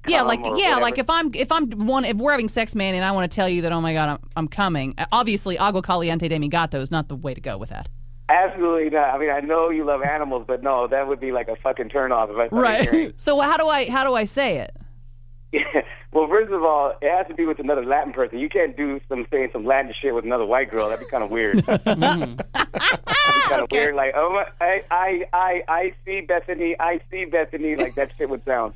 Speaker 3: Yeah,
Speaker 9: come
Speaker 3: like
Speaker 9: or
Speaker 3: yeah,
Speaker 9: whatever?
Speaker 3: like if I'm if I'm one if we're having sex, man, and I want to tell you that oh my god, I'm, I'm coming. Obviously, agua caliente de mi gato is not the way to go with that.
Speaker 9: Absolutely not. I mean, I know you love animals, but no, that would be like a fucking turnoff if I started hearing-
Speaker 3: so how do I how do I say it?
Speaker 9: well, first of all, it has to be with another Latin person. You can't do some saying some Latin shit with another white girl. That'd be kind of weird. That'd be kind of weird. Like, oh, my, I, I, I, I see Bethany. I see Bethany. Like that shit would sound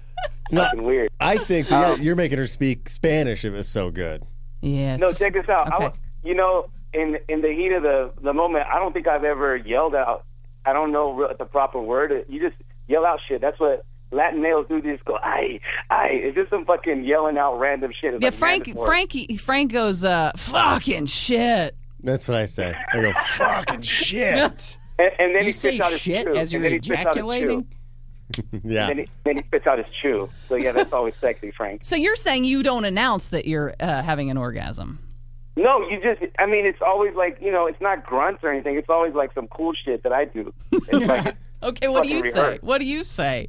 Speaker 9: fucking weird.
Speaker 6: I think
Speaker 9: Uh,
Speaker 6: that you're making her speak Spanish. It was so good.
Speaker 3: Yes.
Speaker 9: No, check this out. I
Speaker 3: Okay.
Speaker 9: wa- you know, in in the heat of the the moment, I don't think I've ever yelled out. I don't know re- the proper word. You just yell out shit. That's what Latin males do. They just go, "I, I." It's just some fucking yelling out random shit. It's
Speaker 3: Yeah,
Speaker 9: like
Speaker 3: Frank
Speaker 9: mandatory.
Speaker 3: Frankie Frank goes uh fucking shit.
Speaker 6: That's what I say. I go fucking shit.
Speaker 9: And, and then
Speaker 4: You
Speaker 9: he
Speaker 4: say
Speaker 9: spits out his
Speaker 4: shit
Speaker 9: chew.
Speaker 4: as
Speaker 9: And
Speaker 4: you're
Speaker 9: then he spits out his chew.
Speaker 4: ejaculating?
Speaker 6: yeah.
Speaker 9: Then he, then he spits out his chew. So yeah, that's always sexy, Frank.
Speaker 3: So you're saying you don't announce that you're uh, having an orgasm?
Speaker 9: No, you just. I mean, it's always like you know, it's not grunts or anything. It's always like some cool shit that I do. It's like
Speaker 3: Okay, what do you
Speaker 9: Fucking
Speaker 3: say?
Speaker 9: rehearsed.
Speaker 3: What do you say?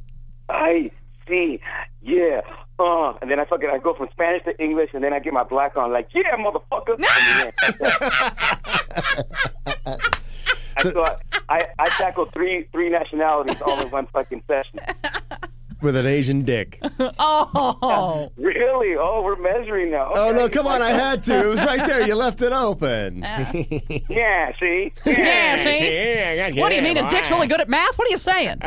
Speaker 9: I see, yeah, uh, and then I fucking I go from Spanish to English, and then I get my black on, like yeah, motherfucker. And then- And so I, I, I tackle three three nationalities all in one fucking session.
Speaker 6: With an Asian dick.
Speaker 3: Oh,
Speaker 9: Really? Oh, we're measuring now.
Speaker 6: Oh
Speaker 9: Okay.
Speaker 6: no! Come on! I had to. It was right there. You left it open.
Speaker 9: Yeah, see.
Speaker 3: Uh, yeah. See?
Speaker 6: Yeah,
Speaker 3: What do you mean? Is Dick's really good at math? What are you saying?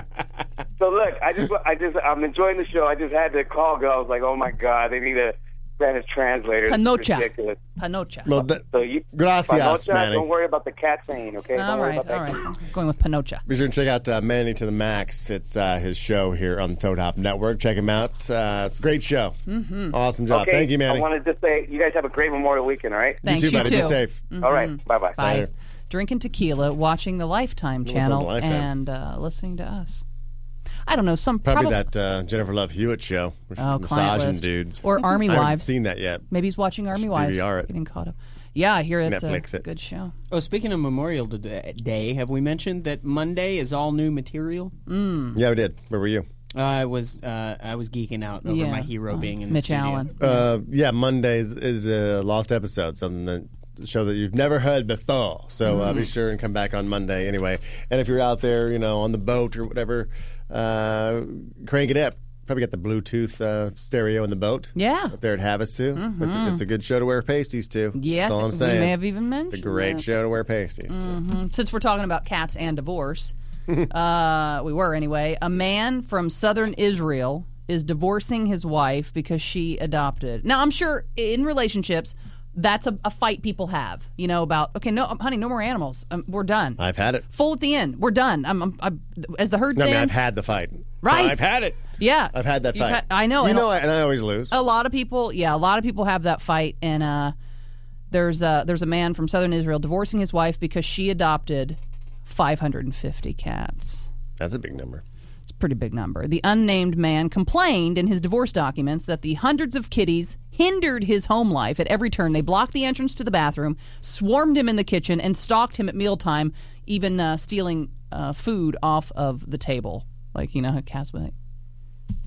Speaker 9: So look, I just, I just, I'm enjoying the show. I just had to call. Go. I was like, oh my god, they need a Spanish translator. This is
Speaker 3: Panocha.
Speaker 9: ridiculous.
Speaker 3: Panocha.
Speaker 6: Well, th-
Speaker 9: So you,
Speaker 6: Gracias,
Speaker 9: Panocha,
Speaker 6: Manny.
Speaker 9: Don't worry about the cat saying, okay?
Speaker 3: all
Speaker 9: don't worry
Speaker 3: right,
Speaker 9: about
Speaker 3: all
Speaker 9: that.
Speaker 3: right. I'm going with Panocha.
Speaker 6: be sure to check out uh, Manny to the Max. It's uh, his show here on the Toad Hop Network. Check him out. Uh, it's a great show. Mm-hmm. Awesome job.
Speaker 9: Okay,
Speaker 6: Thank you,
Speaker 9: I
Speaker 6: Manny.
Speaker 9: wanted to say, you guys have a great Memorial Weekend, all right?
Speaker 3: Thanks,
Speaker 6: you too,
Speaker 3: you
Speaker 6: buddy. Be
Speaker 3: too. Mm-hmm.
Speaker 6: safe.
Speaker 9: All right, bye-bye.
Speaker 3: Bye.
Speaker 6: Later.
Speaker 3: Drinking tequila, watching the Lifetime
Speaker 6: on the
Speaker 3: channel,
Speaker 6: Lifetime?
Speaker 3: and uh, listening to us. I don't know some
Speaker 6: Probably
Speaker 3: probab-
Speaker 6: that uh, Jennifer Love Hewitt show. which is
Speaker 3: oh, client
Speaker 6: massaging
Speaker 3: list.
Speaker 6: dudes.
Speaker 3: or Army
Speaker 6: I haven't
Speaker 3: Wives.
Speaker 6: seen that yet.
Speaker 3: Maybe he's watching Army
Speaker 6: Should
Speaker 3: Wives.
Speaker 6: DVR it.
Speaker 3: Getting caught up. Yeah, I hear that's
Speaker 6: Netflix
Speaker 3: a
Speaker 6: it.
Speaker 3: good show.
Speaker 4: Oh, speaking of Memorial Day- Day, have we mentioned that Monday is all new material?
Speaker 6: Yeah, we did. Where were you?
Speaker 4: I was uh, I was geeking out over
Speaker 3: Yeah.
Speaker 4: my hero being in the
Speaker 3: Mitch
Speaker 4: studio.
Speaker 3: Allen.
Speaker 6: Uh, yeah, Mondays is a lost episode, something that a show that you've never heard before. So uh,
Speaker 3: Mm.
Speaker 6: be sure and come back on Monday anyway. And if you're out there, you know, on the boat or whatever, uh, crank it up. probably got the Bluetooth uh, stereo in the boat.
Speaker 3: Yeah.
Speaker 6: Up there at Havasu. It's, a,
Speaker 3: Mhm.
Speaker 6: it's a good show to wear pasties to.
Speaker 3: Yeah, I
Speaker 6: That's all
Speaker 3: think
Speaker 6: I'm
Speaker 3: we
Speaker 6: saying.
Speaker 3: may have even
Speaker 6: It's
Speaker 3: mentioned
Speaker 6: a great
Speaker 3: that.
Speaker 6: show to wear pasties to.
Speaker 3: hmm Since we're talking about cats and divorce, uh, we were anyway. A man from southern Israel is divorcing his wife because she adopted. Now, I'm sure in relationships, that's a, a fight people have, you know, about, okay, no, honey, no more animals. Um, we're done.
Speaker 6: I've had it.
Speaker 3: Full at the end. We're done. I'm, I'm, I'm as the herd
Speaker 6: No, I
Speaker 3: thins.
Speaker 6: mean, I've had the fight.
Speaker 3: Right.
Speaker 6: I've had it.
Speaker 3: Yeah.
Speaker 6: I've had that
Speaker 3: You've
Speaker 6: fight.
Speaker 3: had- I know,
Speaker 6: You
Speaker 3: and Oh.
Speaker 6: know,
Speaker 3: a-
Speaker 6: and I always lose.
Speaker 3: A lot of people, yeah, a lot of people have that fight, and uh, there's a, there's a man from southern Israel divorcing his wife because she adopted 550 cats.
Speaker 6: That's a big number.
Speaker 3: It's a pretty big number. The unnamed man complained in his divorce documents that the hundreds of kitties hindered his home life at every turn. They blocked the entrance to the bathroom, swarmed him in the kitchen, and stalked him at mealtime, even uh, stealing uh, food off of the table. Like you know how cats be like,
Speaker 6: I
Speaker 3: And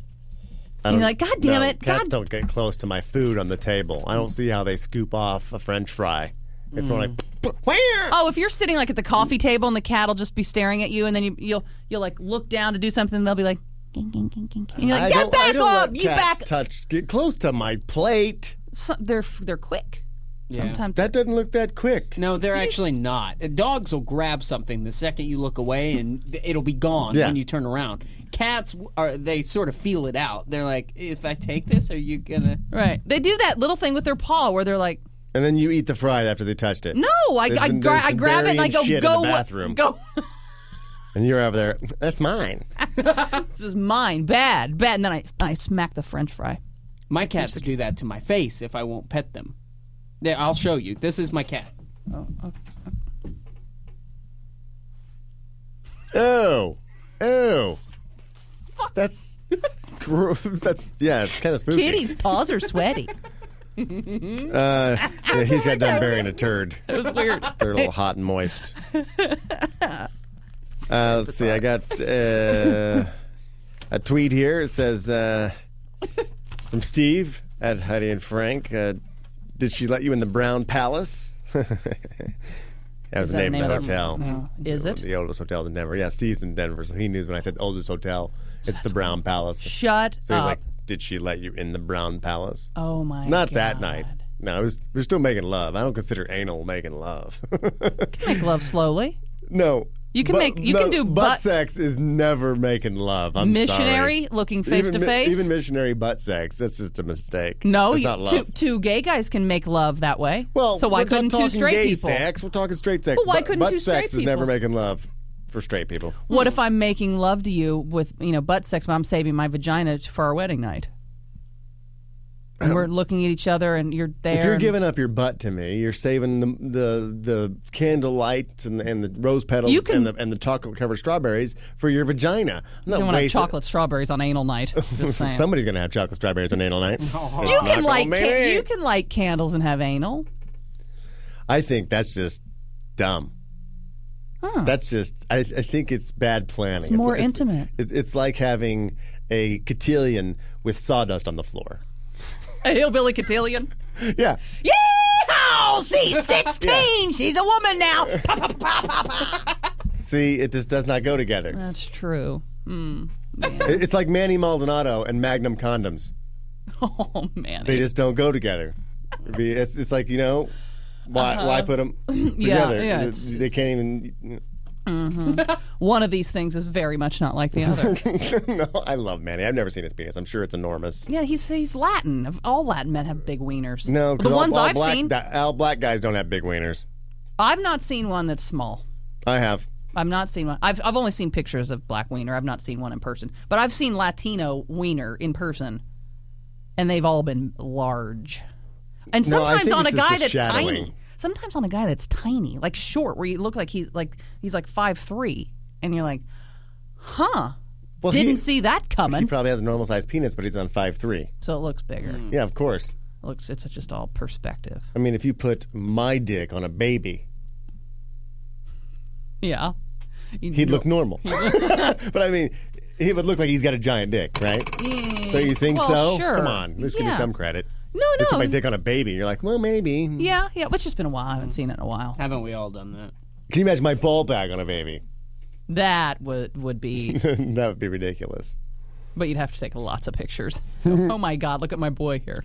Speaker 6: don't-
Speaker 3: you're like, "God damn
Speaker 6: no,
Speaker 3: it,
Speaker 6: Cats
Speaker 3: God."
Speaker 6: don't get close to my food on the table. I don't see how they scoop off a French fry. It's more like
Speaker 3: Oh, if you're sitting like at the coffee table and the cat will just be staring at you, and then you, you'll you'll like look down to do something, and they'll be like, "Ging, ging, ging, ging, ging." And you're
Speaker 6: I
Speaker 3: like, "Get
Speaker 6: don't, I
Speaker 3: back
Speaker 6: don't
Speaker 3: up,
Speaker 6: Let
Speaker 3: you
Speaker 6: cats
Speaker 3: back."
Speaker 6: Touch. Get close to my plate.
Speaker 3: So- they're they're quick. Sometimes
Speaker 6: that doesn't look that quick.
Speaker 4: No, they're actually not. Uh, Dogs will grab something the second you look away, and th- it'll be gone
Speaker 6: Yeah.
Speaker 4: when you turn around. Cats w- are they sort of feel it out. They're like, if I take this, are you gonna?
Speaker 3: Right. They do that little thing with their paw where they're like,
Speaker 6: And then you eat the fry after they touched it.
Speaker 3: "No, I,
Speaker 6: There's
Speaker 3: I,
Speaker 6: been-
Speaker 3: gra-
Speaker 6: there's
Speaker 3: I
Speaker 6: some
Speaker 3: grab it and I
Speaker 6: burying
Speaker 3: go
Speaker 6: shit
Speaker 3: go
Speaker 6: in the
Speaker 3: wa-
Speaker 6: bathroom.
Speaker 3: go."
Speaker 6: And you're over there. That's mine.
Speaker 3: this is mine, bad, bad, and then I I smack the French fry.
Speaker 4: My cats do that to my face if I won't pet them. There, I'll show you. This is my cat.
Speaker 6: Oh, oh. That's gross. That's yeah. It's kind of spooky.
Speaker 3: Kitty's paws are sweaty.
Speaker 6: Uh, yeah, he's got done burying a turd.
Speaker 3: That was weird.
Speaker 6: They're a little hot and moist. Uh, let's see. I got uh, a tweet here. It says uh, from Steve at Heidi and Frank. Uh, Did she let you in the Brown Palace? that was
Speaker 3: Is
Speaker 6: the
Speaker 3: that
Speaker 6: name
Speaker 3: the
Speaker 6: of the
Speaker 3: name of the-
Speaker 6: hotel.
Speaker 3: No. Oh, Is
Speaker 6: One
Speaker 3: it?
Speaker 6: of The oldest hotel in Denver. Yeah, Steve's in Denver, so he knew when I said oldest hotel, it's the Brown Palace.
Speaker 3: Shut
Speaker 6: So he's
Speaker 3: up.
Speaker 6: like, "Did she let you in the Brown Palace?"
Speaker 3: Oh my
Speaker 6: Not that night. No, it was, we're still making love. I don't consider anal making love.
Speaker 3: Make love slowly.
Speaker 6: no.
Speaker 3: You can make- you can do
Speaker 6: butt,
Speaker 3: butt-
Speaker 6: sex is never making love. I'm
Speaker 3: Missionary
Speaker 6: sorry.
Speaker 3: looking face
Speaker 6: Even
Speaker 3: to
Speaker 6: mi-
Speaker 3: face?
Speaker 6: Even missionary butt sex. That's just a mistake.
Speaker 3: No,
Speaker 6: That's
Speaker 3: you-
Speaker 6: not love.
Speaker 3: two two gay guys can make love that way.
Speaker 6: well,
Speaker 3: so why
Speaker 6: we're not
Speaker 3: couldn't two
Speaker 6: talking
Speaker 3: straight
Speaker 6: gay
Speaker 3: people?
Speaker 6: Sex. We're talking straight sex.
Speaker 3: But why
Speaker 6: Bu-
Speaker 3: couldn't
Speaker 6: butt
Speaker 3: two
Speaker 6: sex
Speaker 3: straight
Speaker 6: is never
Speaker 3: people?
Speaker 6: making love for straight people.
Speaker 3: What if I'm making love to you with you know butt sex, but I'm saving my vagina t- for our wedding night? And we're looking at each other, and you're there.
Speaker 6: Um, If you're
Speaker 3: and-
Speaker 6: giving up your butt to me, you're saving the the the candle lights and the, and the rose petals
Speaker 3: You can-
Speaker 6: and the and the chocolate covered strawberries for your vagina. I'm
Speaker 3: you
Speaker 6: not
Speaker 3: don't want to have
Speaker 6: wasting-
Speaker 3: chocolate strawberries on anal night. Just saying.
Speaker 6: Somebody's gonna have chocolate strawberries on anal night. It's
Speaker 3: you
Speaker 6: not
Speaker 3: can
Speaker 6: gonna
Speaker 3: like
Speaker 6: be
Speaker 3: ca-
Speaker 6: me.
Speaker 3: you can light candles and have anal.
Speaker 6: I think that's just dumb. That's just. I, I think it's bad planning.
Speaker 3: It's more intimate.
Speaker 6: It's, it's like having a cotillion with sawdust on the floor.
Speaker 3: A hillbilly cotillion.
Speaker 6: Yeah.
Speaker 3: Yeehaw! She's sixteen. She's a woman now. Pop, pop, pop, pop, pop.
Speaker 6: See, it just does not go together.
Speaker 3: That's true. Mm.
Speaker 6: It- It's like Manny Maldonado and Magnum condoms.
Speaker 3: Oh man.
Speaker 6: They just don't go together. It'd be- It's, it's like you know, why why put them together?
Speaker 3: Uh-huh. yeah,
Speaker 6: They-
Speaker 3: it's-
Speaker 6: they can't even.
Speaker 3: One of these things is very much not like the other.
Speaker 6: no, I love Manny. I've never seen his penis. I'm sure it's enormous.
Speaker 3: Yeah, he's he's Latin. Of- All Latin men have big wieners.
Speaker 6: No, 'cause
Speaker 3: the
Speaker 6: all-
Speaker 3: ones
Speaker 6: all
Speaker 3: I've
Speaker 6: black,
Speaker 3: seen,
Speaker 6: di- all black guys don't have big wieners.
Speaker 3: I've not seen one that's small.
Speaker 6: I have.
Speaker 3: I've not seen one. I've I've only seen pictures of black wiener. I've not seen one in person, but I've seen Latino wiener in person, and they've all been large. And
Speaker 6: No, I
Speaker 3: sometimes
Speaker 6: think
Speaker 3: on a
Speaker 6: it's just
Speaker 3: guy
Speaker 6: the
Speaker 3: that's
Speaker 6: shadowing.
Speaker 3: tiny. Sometimes on a guy that's tiny, like short, where you look like he's like he's like five three, and you're like, huh?
Speaker 6: Well,
Speaker 3: Didn't
Speaker 6: he-
Speaker 3: see that coming.
Speaker 6: He probably has a normal sized penis, but he's on five three.
Speaker 3: so it looks bigger.
Speaker 6: Yeah, of course.
Speaker 3: Looks it's just all perspective.
Speaker 6: I mean, if you put my dick on a baby,
Speaker 3: Yeah.
Speaker 6: he'd look normal. but I mean, he would look like he's got a giant dick, right? Don't you think
Speaker 3: Well,
Speaker 6: so?
Speaker 3: sure.
Speaker 6: Come on, let's give me
Speaker 3: Yeah.
Speaker 6: some credit.
Speaker 3: No,
Speaker 6: Let's put
Speaker 3: no.
Speaker 6: my dick on a baby. You're like, well, maybe.
Speaker 3: Yeah, yeah, but it's just been a while. I
Speaker 6: Mm.
Speaker 3: haven't seen it in a while.
Speaker 4: Haven't we all done that?
Speaker 6: Can you imagine my ball bag on a baby?
Speaker 3: That would would be
Speaker 6: that would be ridiculous.
Speaker 3: But you'd have to take lots of pictures. oh my God, look at my boy here.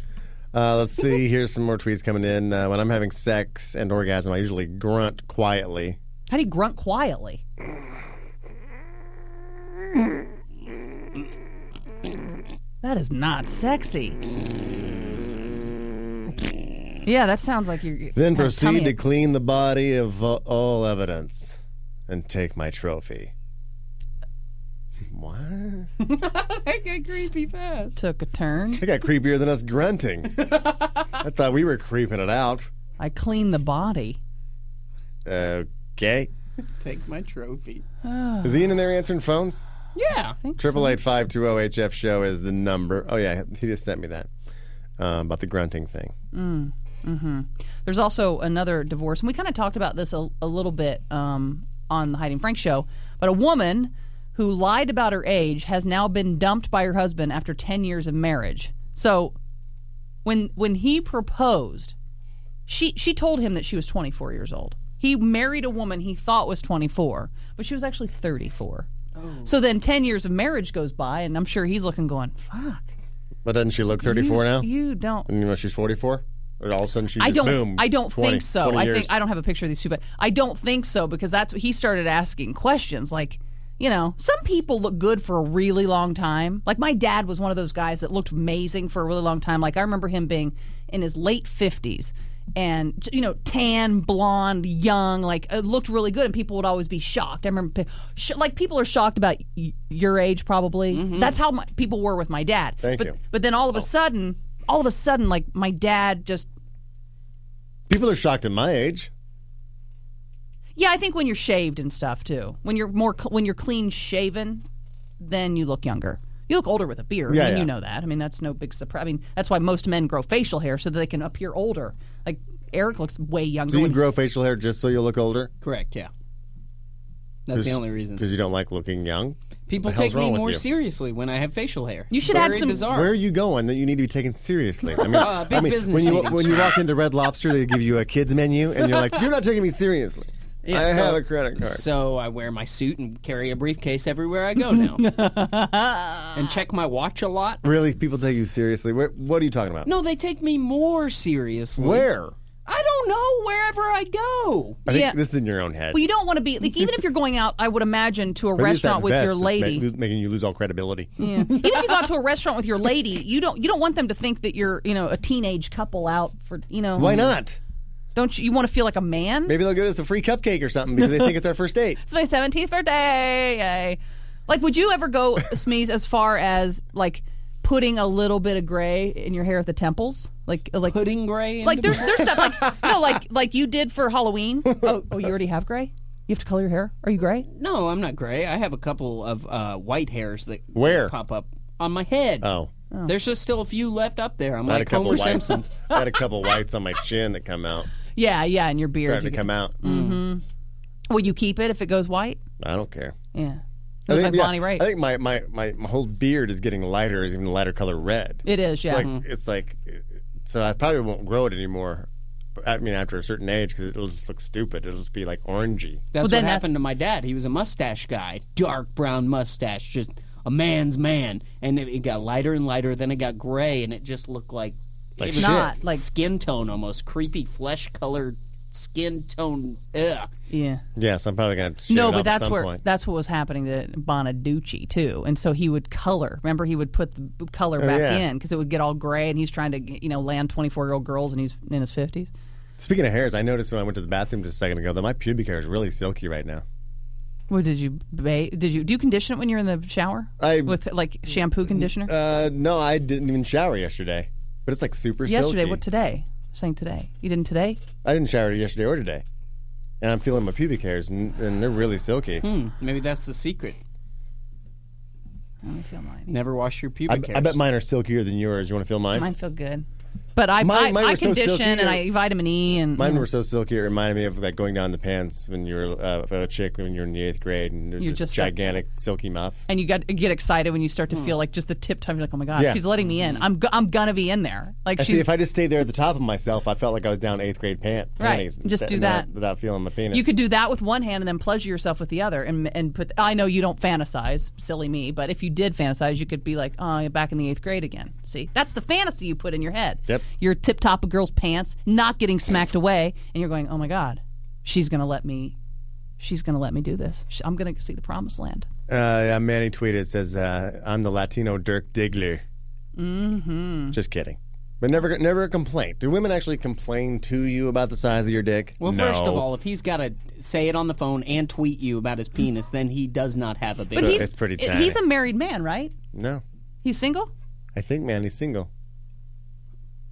Speaker 6: Uh, let's see. Here's some more tweets coming in. Uh, when I'm having sex and orgasm, I usually grunt quietly.
Speaker 3: How do you grunt quietly? That is not sexy. Yeah, that sounds like you're.
Speaker 6: Then
Speaker 3: have a tummy
Speaker 6: proceed to
Speaker 3: ache.
Speaker 6: clean the body of uh, all evidence and take my trophy. What?
Speaker 4: That got creepy fast.
Speaker 3: Took a turn.
Speaker 6: They got creepier than us grunting. I thought we were creeping it out.
Speaker 3: I clean the body.
Speaker 6: Okay.
Speaker 4: Take my trophy.
Speaker 6: Is Ian in there answering phones?
Speaker 4: Yeah.
Speaker 3: I think so.
Speaker 6: Triple eight five two zero HF show is the number. Oh yeah, he just sent me that um, about the grunting thing.
Speaker 3: There's also another divorce, and we kind of talked about this a, a little bit um, on the Heidi and Frank show. But a woman who lied about her age has now been dumped by her husband after 10 years of marriage. So when when he proposed, she she told him that she was 24 years old. He married a woman he thought was 24, but she was actually 34. So then 10 years of marriage goes by, and I'm sure he's looking, going, "Fuck,
Speaker 6: But doesn't she look thirty four now?
Speaker 3: you don't
Speaker 6: And you know she's forty four. Or all of a sudden she
Speaker 3: I don't.
Speaker 6: just boom.
Speaker 3: I don't
Speaker 6: 20,
Speaker 3: think so.
Speaker 6: 20
Speaker 3: I
Speaker 6: years.
Speaker 3: think I don't have a picture of these two, but I don't think so because that's what he started asking questions like. You know, some people look good for a really long time. Like my dad was one of those guys that looked amazing for a really long time. Like I remember him being in his late fifties and you know tan, blonde, young. Like it looked really good, and people would always be shocked. I remember, pe- sh- like people are shocked about y- your age. Probably that's how my, people were with my dad.
Speaker 6: Mm-hmm. Thank
Speaker 3: but,
Speaker 6: you. Oh.
Speaker 3: But then all of a sudden, all of a sudden, like my dad just
Speaker 6: People are shocked at my age.
Speaker 3: Yeah, I think when you're shaved and stuff too. When you're more cl- when you're clean shaven, then you look younger. You look older with a beard.
Speaker 6: Yeah,
Speaker 3: I mean,
Speaker 6: yeah.
Speaker 3: you know that. I mean, that's no big surprise. I mean, that's why most men grow facial hair so that they can appear older. Like Eric looks way younger.
Speaker 6: Do you
Speaker 3: when-
Speaker 6: grow facial hair just so you look older?
Speaker 4: Correct. Yeah. That's the only reason.
Speaker 6: Because you don't like looking young.
Speaker 4: People
Speaker 6: the hell's
Speaker 4: take me
Speaker 6: wrong with
Speaker 4: more
Speaker 6: you?
Speaker 4: seriously when I have facial hair.
Speaker 3: You should
Speaker 4: Very
Speaker 3: add some-
Speaker 4: Bizarre.
Speaker 6: Where are you going that you need to be taken seriously? I mean,
Speaker 4: Uh, big
Speaker 6: I mean
Speaker 4: business
Speaker 6: when you
Speaker 4: meetings.
Speaker 6: when you walk into Red Lobster, they give you a kids menu, and you're like, you're not taking me seriously.
Speaker 4: Yeah,
Speaker 6: I
Speaker 4: so-
Speaker 6: have a credit card.
Speaker 4: So I wear my suit and carry a briefcase everywhere I go now, and check my watch a lot.
Speaker 6: really, people take you seriously. Where, what are you talking about?
Speaker 4: No, they take me more seriously.
Speaker 6: Where?
Speaker 4: I don't know. Wherever I go.
Speaker 6: I think
Speaker 3: Yeah.
Speaker 6: this is in your own head.
Speaker 3: well, you don't want to be like even if you're going out. I would imagine to a
Speaker 6: Maybe it's that
Speaker 3: restaurant with your
Speaker 6: vest that's
Speaker 3: lady.
Speaker 6: ma- lo- making you lose all credibility.
Speaker 3: Yeah. Even if you go out to a restaurant with your lady, you don't you don't want them to think that you're you know a teenage couple out for you know
Speaker 6: Why not?
Speaker 3: Don't you, you want to feel like a man?
Speaker 6: Maybe they'll give us a free cupcake or something because they think it's our first date.
Speaker 3: It's my seventeenth birthday. Yay. Like, would you ever go sneeze as far as like putting a little bit of gray in your hair at the temples? Like, uh, like,
Speaker 4: Pudding gray.
Speaker 3: like
Speaker 4: into
Speaker 3: there's there's stuff like no, like like you did for Halloween. Oh, oh, you already have gray. You have to color your hair. Are you gray?
Speaker 4: No, I'm not gray. I have a couple of uh, white hairs that
Speaker 6: Where?
Speaker 4: pop up on my head.
Speaker 6: Oh.
Speaker 4: There's just still a few left up there. I'm
Speaker 6: I had a
Speaker 4: like
Speaker 6: couple
Speaker 4: Homer
Speaker 6: whites.
Speaker 4: Simpson.
Speaker 6: I had a couple whites on my chin that come out.
Speaker 3: Yeah, yeah, and your beard.
Speaker 6: Starting
Speaker 3: You
Speaker 6: to come out.
Speaker 4: Mm-hmm.
Speaker 3: get- Would you keep it if it goes white?
Speaker 6: I don't care.
Speaker 3: Yeah,
Speaker 6: I
Speaker 3: You look
Speaker 6: think,
Speaker 3: like
Speaker 6: yeah,
Speaker 3: Bonnie Raitt.
Speaker 6: I think my, my, my, my whole beard is getting lighter, is even lighter color red.
Speaker 3: it is. Yeah, Mm-hmm.
Speaker 6: It's like, it's like, so I probably won't grow it anymore. I mean, after a certain age, because it'll just look stupid. It'll just be like orangey.
Speaker 4: That's
Speaker 3: then
Speaker 4: what
Speaker 3: that's-
Speaker 4: happened to my dad. He was a mustache guy, dark brown mustache, just a man's man. And it, it got lighter and lighter. Then it got gray, and it just looked like
Speaker 6: Like
Speaker 4: it was
Speaker 3: Snot,
Speaker 4: just
Speaker 3: like-
Speaker 4: skin tone, almost creepy flesh colored skin tone. Ugh.
Speaker 3: yeah.
Speaker 6: Yes, I'm probably gonna. Shave it
Speaker 3: no,
Speaker 6: off
Speaker 3: but
Speaker 6: at
Speaker 3: that's
Speaker 6: some
Speaker 3: where
Speaker 6: point.
Speaker 3: that's what was happening to Bonaducci too, and so he would color. Remember, he would put the b- color back
Speaker 6: Oh, yeah.
Speaker 3: in because it would get all gray, and he's trying to you know land twenty four year old girls, and he's in his fifties.
Speaker 6: Speaking of hairs, I noticed when I went to the bathroom just a second ago that my pubic hair is really silky right now.
Speaker 3: What did you ba- did you do you condition it when you're in the shower
Speaker 6: I-
Speaker 3: with like shampoo conditioner?
Speaker 6: Uh, no, I didn't even shower yesterday, but it's like super
Speaker 3: Yesterday,
Speaker 6: silky.
Speaker 3: what today? Saying today, you didn't today.
Speaker 6: I didn't shower yesterday or today, and I'm feeling my pubic hairs, and, and they're really silky.
Speaker 3: Hmm.
Speaker 4: Maybe that's the secret.
Speaker 3: Let me feel mine.
Speaker 4: Never wash your
Speaker 6: I,
Speaker 4: pubic
Speaker 6: b-
Speaker 4: hairs.
Speaker 6: I bet mine are silkier than yours. You want to feel mine?
Speaker 3: Mine feel good. But I
Speaker 6: Mine-
Speaker 3: I,
Speaker 6: mine
Speaker 3: I
Speaker 6: were so
Speaker 3: condition
Speaker 6: silky
Speaker 3: and
Speaker 6: and-
Speaker 3: I vitamin E and
Speaker 6: Mine were so silky, it reminded me of like going down the pants when you were uh, a chick when you were in the eighth grade, and there's
Speaker 3: You're
Speaker 6: this
Speaker 3: just like-
Speaker 6: gigantic silky muff.
Speaker 3: and you get get excited when you start to feel like just the tip time. You're like, oh my god,
Speaker 6: Hmm. Yeah. Mm-hmm.
Speaker 3: she's letting me in. I'm go- I'm gonna be in there. Like
Speaker 6: I see,
Speaker 3: she's
Speaker 6: if I just stayed there at the top of myself, I felt like I was down eighth grade pant,
Speaker 3: Right.
Speaker 6: panties.
Speaker 3: Just do
Speaker 6: without-
Speaker 3: that.
Speaker 6: without feeling my penis.
Speaker 3: You could do that with one hand and then pleasure yourself with the other, and and put. I know you don't fantasize, silly me, but if you did fantasize, you could be like, oh, back in the eighth grade again. See, that's the fantasy you put in your head.
Speaker 6: Yep.
Speaker 3: You're tip top of girl's pants, not getting smacked away, and you're going, oh my god, she's gonna let me, she's gonna let me do this. She- I'm gonna see the promised land.
Speaker 6: Uh, yeah, Manny tweeted says, uh, "I'm the Latino Dirk Diggler." Mm-hmm. Just kidding, but never, never a complaint. Do women actually complain to you about the size of your dick?
Speaker 4: Well,
Speaker 6: no.
Speaker 4: first of all, if he's got to say it on the phone and tweet you about his penis, then he does not have a big.
Speaker 3: But he's
Speaker 6: it's pretty
Speaker 3: i-
Speaker 6: tiny.
Speaker 3: he's a married man, right?
Speaker 6: no,
Speaker 3: He's single.
Speaker 6: I think Manny's single.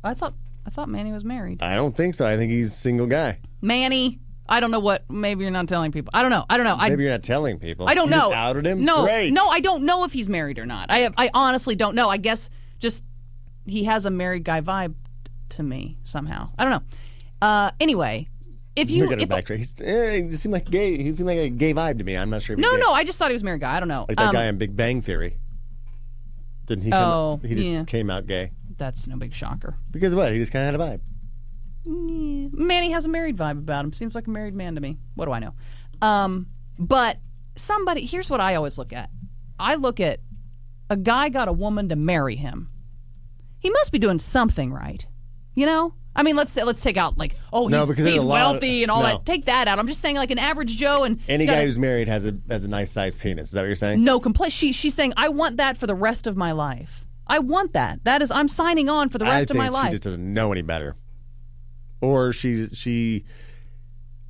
Speaker 3: I thought I thought Manny was married.
Speaker 6: I don't think so. I think he's a single guy.
Speaker 3: Manny. I don't know what. Maybe you're not telling people. I don't know. I don't know. I,
Speaker 6: Maybe you're not telling people.
Speaker 3: I don't
Speaker 6: You
Speaker 3: know.
Speaker 6: Just outed him.
Speaker 3: No,
Speaker 6: Great.
Speaker 3: no, I don't know if he's married or not. I I honestly don't know. I guess just he has a married guy vibe to me somehow. I don't know. Uh, anyway, if you
Speaker 6: You're gonna
Speaker 3: if,
Speaker 6: backtrack. He's, eh, he seemed like gay. He seemed like a gay vibe to me. I'm not sure. If he's
Speaker 3: no,
Speaker 6: gay.
Speaker 3: no, I just thought he was married guy. I don't know.
Speaker 6: like that
Speaker 3: Um,
Speaker 6: guy in Big Bang Theory. Didn't he? Come
Speaker 3: Oh,
Speaker 6: he just
Speaker 3: yeah.
Speaker 6: came out gay
Speaker 3: That's no big shocker.
Speaker 6: because what? He just kind of had a vibe.
Speaker 3: Manny has a married vibe about him. Seems like a married man to me. What do I know? Um, but somebody, here's what I always look at I look at a guy got a woman to marry him. He must be doing something right. You know? I mean, let's say, let's take out like, oh,
Speaker 6: No,
Speaker 3: he's,
Speaker 6: because there's
Speaker 3: he's
Speaker 6: a lot of-
Speaker 3: wealthy and all
Speaker 6: no.
Speaker 3: that. Take that out. I'm just saying, like an average Joe and
Speaker 6: Any
Speaker 3: you gotta-
Speaker 6: guy who's married has a has a nice sized penis. Is that what you're saying?
Speaker 3: no complaint. She she's saying, I want that for the rest of my life. I want that. That is, I'm signing on for the
Speaker 6: I
Speaker 3: rest
Speaker 6: think
Speaker 3: of my
Speaker 6: she
Speaker 3: life.
Speaker 6: just doesn't know any better, or she she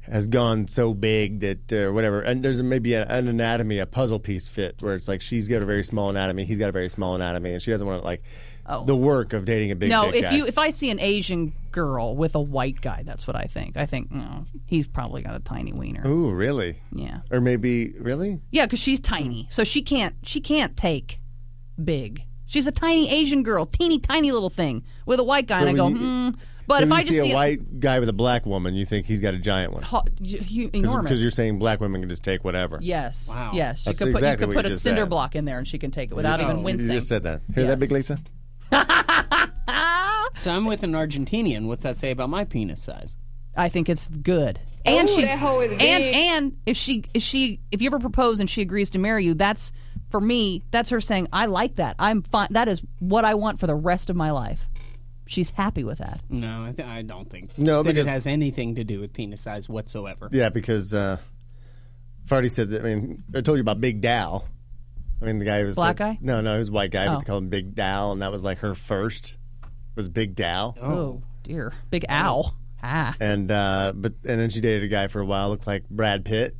Speaker 6: has gone so big that uh, whatever. And there's maybe a, an anatomy, a puzzle piece fit where it's like she's got a very small anatomy, he's got a very small anatomy, and she doesn't want to like the work of dating a big.
Speaker 3: Oh. No,
Speaker 6: dick
Speaker 3: if
Speaker 6: guy.
Speaker 3: you if I see an Asian girl with a white guy, that's what I think. I think no, he's probably got a tiny wiener.
Speaker 6: Ooh, really?
Speaker 3: Yeah,
Speaker 6: Or maybe really?
Speaker 3: yeah, because she's tiny,
Speaker 6: Hmm.
Speaker 3: so she can't she can't take big. She's a tiny Asian girl, teeny tiny little thing with a white guy, and I
Speaker 6: when
Speaker 3: go hmm.
Speaker 6: you-
Speaker 3: But
Speaker 6: So
Speaker 3: if
Speaker 6: you
Speaker 3: I just
Speaker 6: see a
Speaker 3: see
Speaker 6: white guy with a black woman, you think he's got a giant one
Speaker 3: ho- you- you- enormous,
Speaker 6: because you're saying black women can just take whatever.
Speaker 3: yes,
Speaker 4: Wow.
Speaker 3: yes, you
Speaker 6: That's
Speaker 3: could put
Speaker 6: exactly
Speaker 3: you
Speaker 6: what
Speaker 3: could put
Speaker 6: you
Speaker 3: a
Speaker 6: just
Speaker 3: cinder
Speaker 6: said.
Speaker 3: block in there, and she can take it without even
Speaker 6: You
Speaker 3: wincing.
Speaker 6: just said that. Hear
Speaker 3: Yes.
Speaker 6: that, Big Lisa?
Speaker 4: So I'm with an Argentinian. What's that say about my penis size?
Speaker 3: I think it's good. And she's and and if she if she if you ever propose and she agrees to marry you, that's for me. That's her saying I like that. I'm fine. That is what I want for the rest of my life. She's happy with that.
Speaker 4: No, I, th- I don't think
Speaker 6: No,
Speaker 4: that
Speaker 6: because-
Speaker 4: it has anything to do with penis size whatsoever.
Speaker 6: Yeah, because uh, Farty said that. I mean, I told you about Big Dow. I mean, the guy was
Speaker 3: Black guy?
Speaker 6: like- No, no, he was a white guy, but
Speaker 3: Oh.
Speaker 6: they called him Big Dow, and that was like her first was Big Dow.
Speaker 3: Oh, dear, big owl. Ah,
Speaker 6: And uh, but and then she dated a guy for a while, looked like Brad Pitt,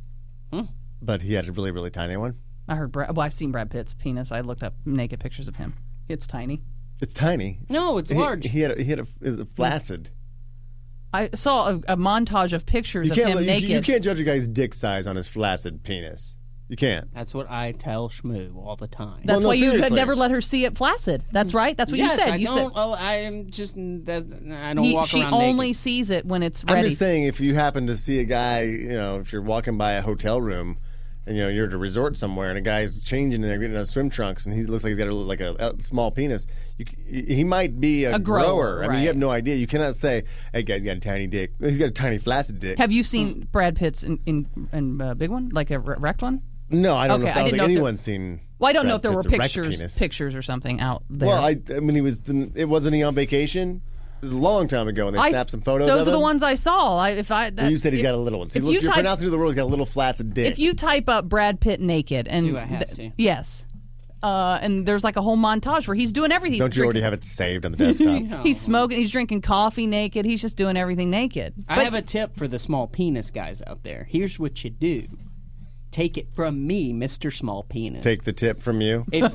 Speaker 3: Hmm.
Speaker 6: but he had a really really tiny one.
Speaker 3: I heard. Brad, well, I've seen Brad Pitt's penis. I looked up naked pictures of him. It's tiny.
Speaker 6: It's tiny.
Speaker 4: No, it's
Speaker 6: He-
Speaker 4: large.
Speaker 6: He, had a, he had a, is a flaccid.
Speaker 3: I saw a, a montage of pictures
Speaker 6: You
Speaker 3: of
Speaker 6: can't
Speaker 3: him
Speaker 6: you-
Speaker 3: naked.
Speaker 6: you can't judge a guy's dick size on his flaccid penis. You can't.
Speaker 4: That's what I tell Shmoo all the time.
Speaker 3: That's
Speaker 6: Well, no,
Speaker 3: why you could
Speaker 6: seriously.
Speaker 3: never let her see it flaccid. That's right. That's what
Speaker 4: yes,
Speaker 3: you said.
Speaker 4: I
Speaker 3: you
Speaker 4: don't.
Speaker 3: said
Speaker 4: Oh, I'm just. That's, I don't
Speaker 3: He-
Speaker 4: walk
Speaker 3: she
Speaker 4: around
Speaker 3: only
Speaker 4: naked.
Speaker 3: sees it when it's
Speaker 6: I'm
Speaker 3: ready.
Speaker 6: just saying, if you happen to see a guy, you know, if you're walking by a hotel room, and you know you're at a resort somewhere, and a guy's changing and they're getting his swim trunks, and he looks like he's got a, like a, a small penis. You, c- he might be a,
Speaker 3: A grower,
Speaker 6: I mean,
Speaker 3: right.
Speaker 6: you have no idea. You cannot say, "Hey, guy's got a tiny dick. He's got a tiny flaccid dick."
Speaker 3: Have you
Speaker 6: Hmm.
Speaker 3: seen Brad Pitt's in in, in uh, big one, like a re- wrecked one?
Speaker 6: no, I don't know.
Speaker 3: Okay,
Speaker 6: If,
Speaker 3: I
Speaker 6: I
Speaker 3: didn't
Speaker 6: don't think
Speaker 3: know if there-
Speaker 6: anyone's seen.
Speaker 3: Well, I don't know
Speaker 6: Brad
Speaker 3: if there were
Speaker 6: Pitt's erect
Speaker 3: pictures,
Speaker 6: penis.
Speaker 3: pictures or something out there.
Speaker 6: Well, I, I mean, he was. It wasn't he on vacation? It was a long time ago, and they
Speaker 3: I-
Speaker 6: snapped some photos.
Speaker 3: Those
Speaker 6: of
Speaker 3: are the
Speaker 6: him.
Speaker 3: ones I saw. I, if I that,
Speaker 6: You said he's
Speaker 3: if-
Speaker 6: got a little one. So
Speaker 3: if
Speaker 6: you look,
Speaker 3: you
Speaker 6: you're
Speaker 3: type-
Speaker 6: pronouncing to the world, he's got a little flaccid dick.
Speaker 3: If you type up Brad Pitt naked and
Speaker 4: Do I have to?
Speaker 3: yes, uh, and there's like a whole montage where he's doing everything. He's
Speaker 6: don't you already
Speaker 3: drinking-
Speaker 6: have it saved on the desktop?
Speaker 3: He's smoking. He's drinking coffee naked. He's just doing everything naked.
Speaker 4: I have a tip for the small penis guys out there. Here's what you do. Take it from me, Mr. Small Penis.
Speaker 6: Take the tip from you.
Speaker 4: if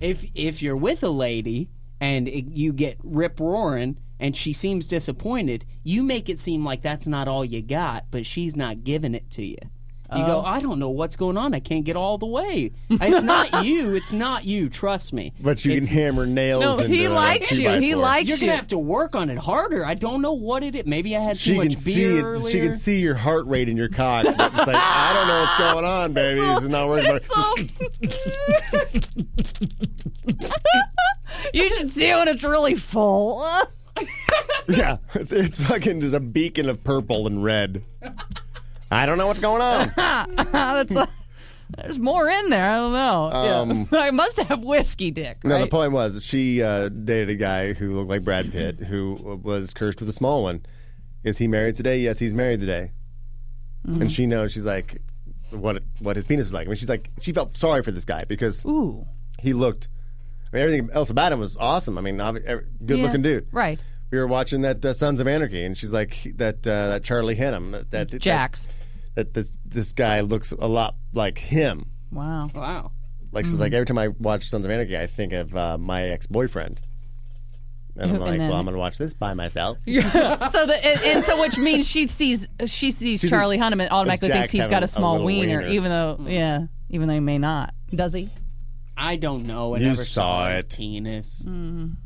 Speaker 4: if if you're with a lady and it, you get rip roaring and she seems disappointed, you make it seem like that's not all you got, but she's not giving it to you. You go, I don't know what's going on. I can't get all the way. It's not you. It's not you. Trust me.
Speaker 6: But you
Speaker 4: It's-
Speaker 6: can hammer nails. uh,
Speaker 4: No,
Speaker 6: into
Speaker 4: he
Speaker 6: a
Speaker 4: likes
Speaker 6: two
Speaker 4: you.
Speaker 6: by
Speaker 4: He
Speaker 6: four.
Speaker 4: likes You're gonna you. have to work on it harder. I don't know what it is. Maybe I had too
Speaker 6: She
Speaker 4: much
Speaker 6: can
Speaker 4: beer
Speaker 6: see it.
Speaker 4: earlier.
Speaker 6: She can see your heart rate in your cock. It's like I don't know what's going on, baby. This is not working.
Speaker 3: you should see when it's really full.
Speaker 6: yeah, it's, it's fucking just a beacon of purple and red. I don't know what's going on.
Speaker 3: That's uh, there's more in there. I don't know.
Speaker 6: Um,
Speaker 3: yeah. I must have whiskey dick.
Speaker 6: No, the
Speaker 3: right?
Speaker 6: point was she uh, dated a guy who looked like Brad Pitt, who was cursed with a small one. Is he married today? Yes, he's married today.
Speaker 10: Mhm.
Speaker 3: Mm-hmm.
Speaker 6: And she knows she's like, what what his penis was like. I mean, she's like, she felt sorry for this guy because he looked. I mean, everything else about him was awesome. I mean, er, good looking
Speaker 3: Yeah,
Speaker 6: dude.
Speaker 3: Right.
Speaker 6: We were watching that uh, Sons of Anarchy, and she's like he- that uh, that Charlie Hunnam, that, that
Speaker 3: Jax.
Speaker 6: that, that this this guy looks a lot like him.
Speaker 3: Wow.
Speaker 4: Wow.
Speaker 6: Like she's
Speaker 3: Mm.
Speaker 6: like every time I watch Sons of Anarchy, I think of uh, my ex boyfriend, and I'm
Speaker 3: And
Speaker 6: like,
Speaker 3: then-
Speaker 6: well, I'm gonna watch this by myself.
Speaker 3: so the and, and so which means she sees she sees
Speaker 6: She
Speaker 3: Charlie
Speaker 6: sees-
Speaker 3: Hunnam and automatically
Speaker 6: Jack
Speaker 3: thinks he's
Speaker 6: having
Speaker 3: got
Speaker 6: a
Speaker 3: a small
Speaker 6: little
Speaker 3: wiener,
Speaker 6: wiener.
Speaker 3: even though yeah, even though he may not. Does he?
Speaker 4: I don't know. I
Speaker 6: You
Speaker 4: never saw,
Speaker 6: saw
Speaker 4: his
Speaker 6: it.
Speaker 4: penis.
Speaker 3: Mm.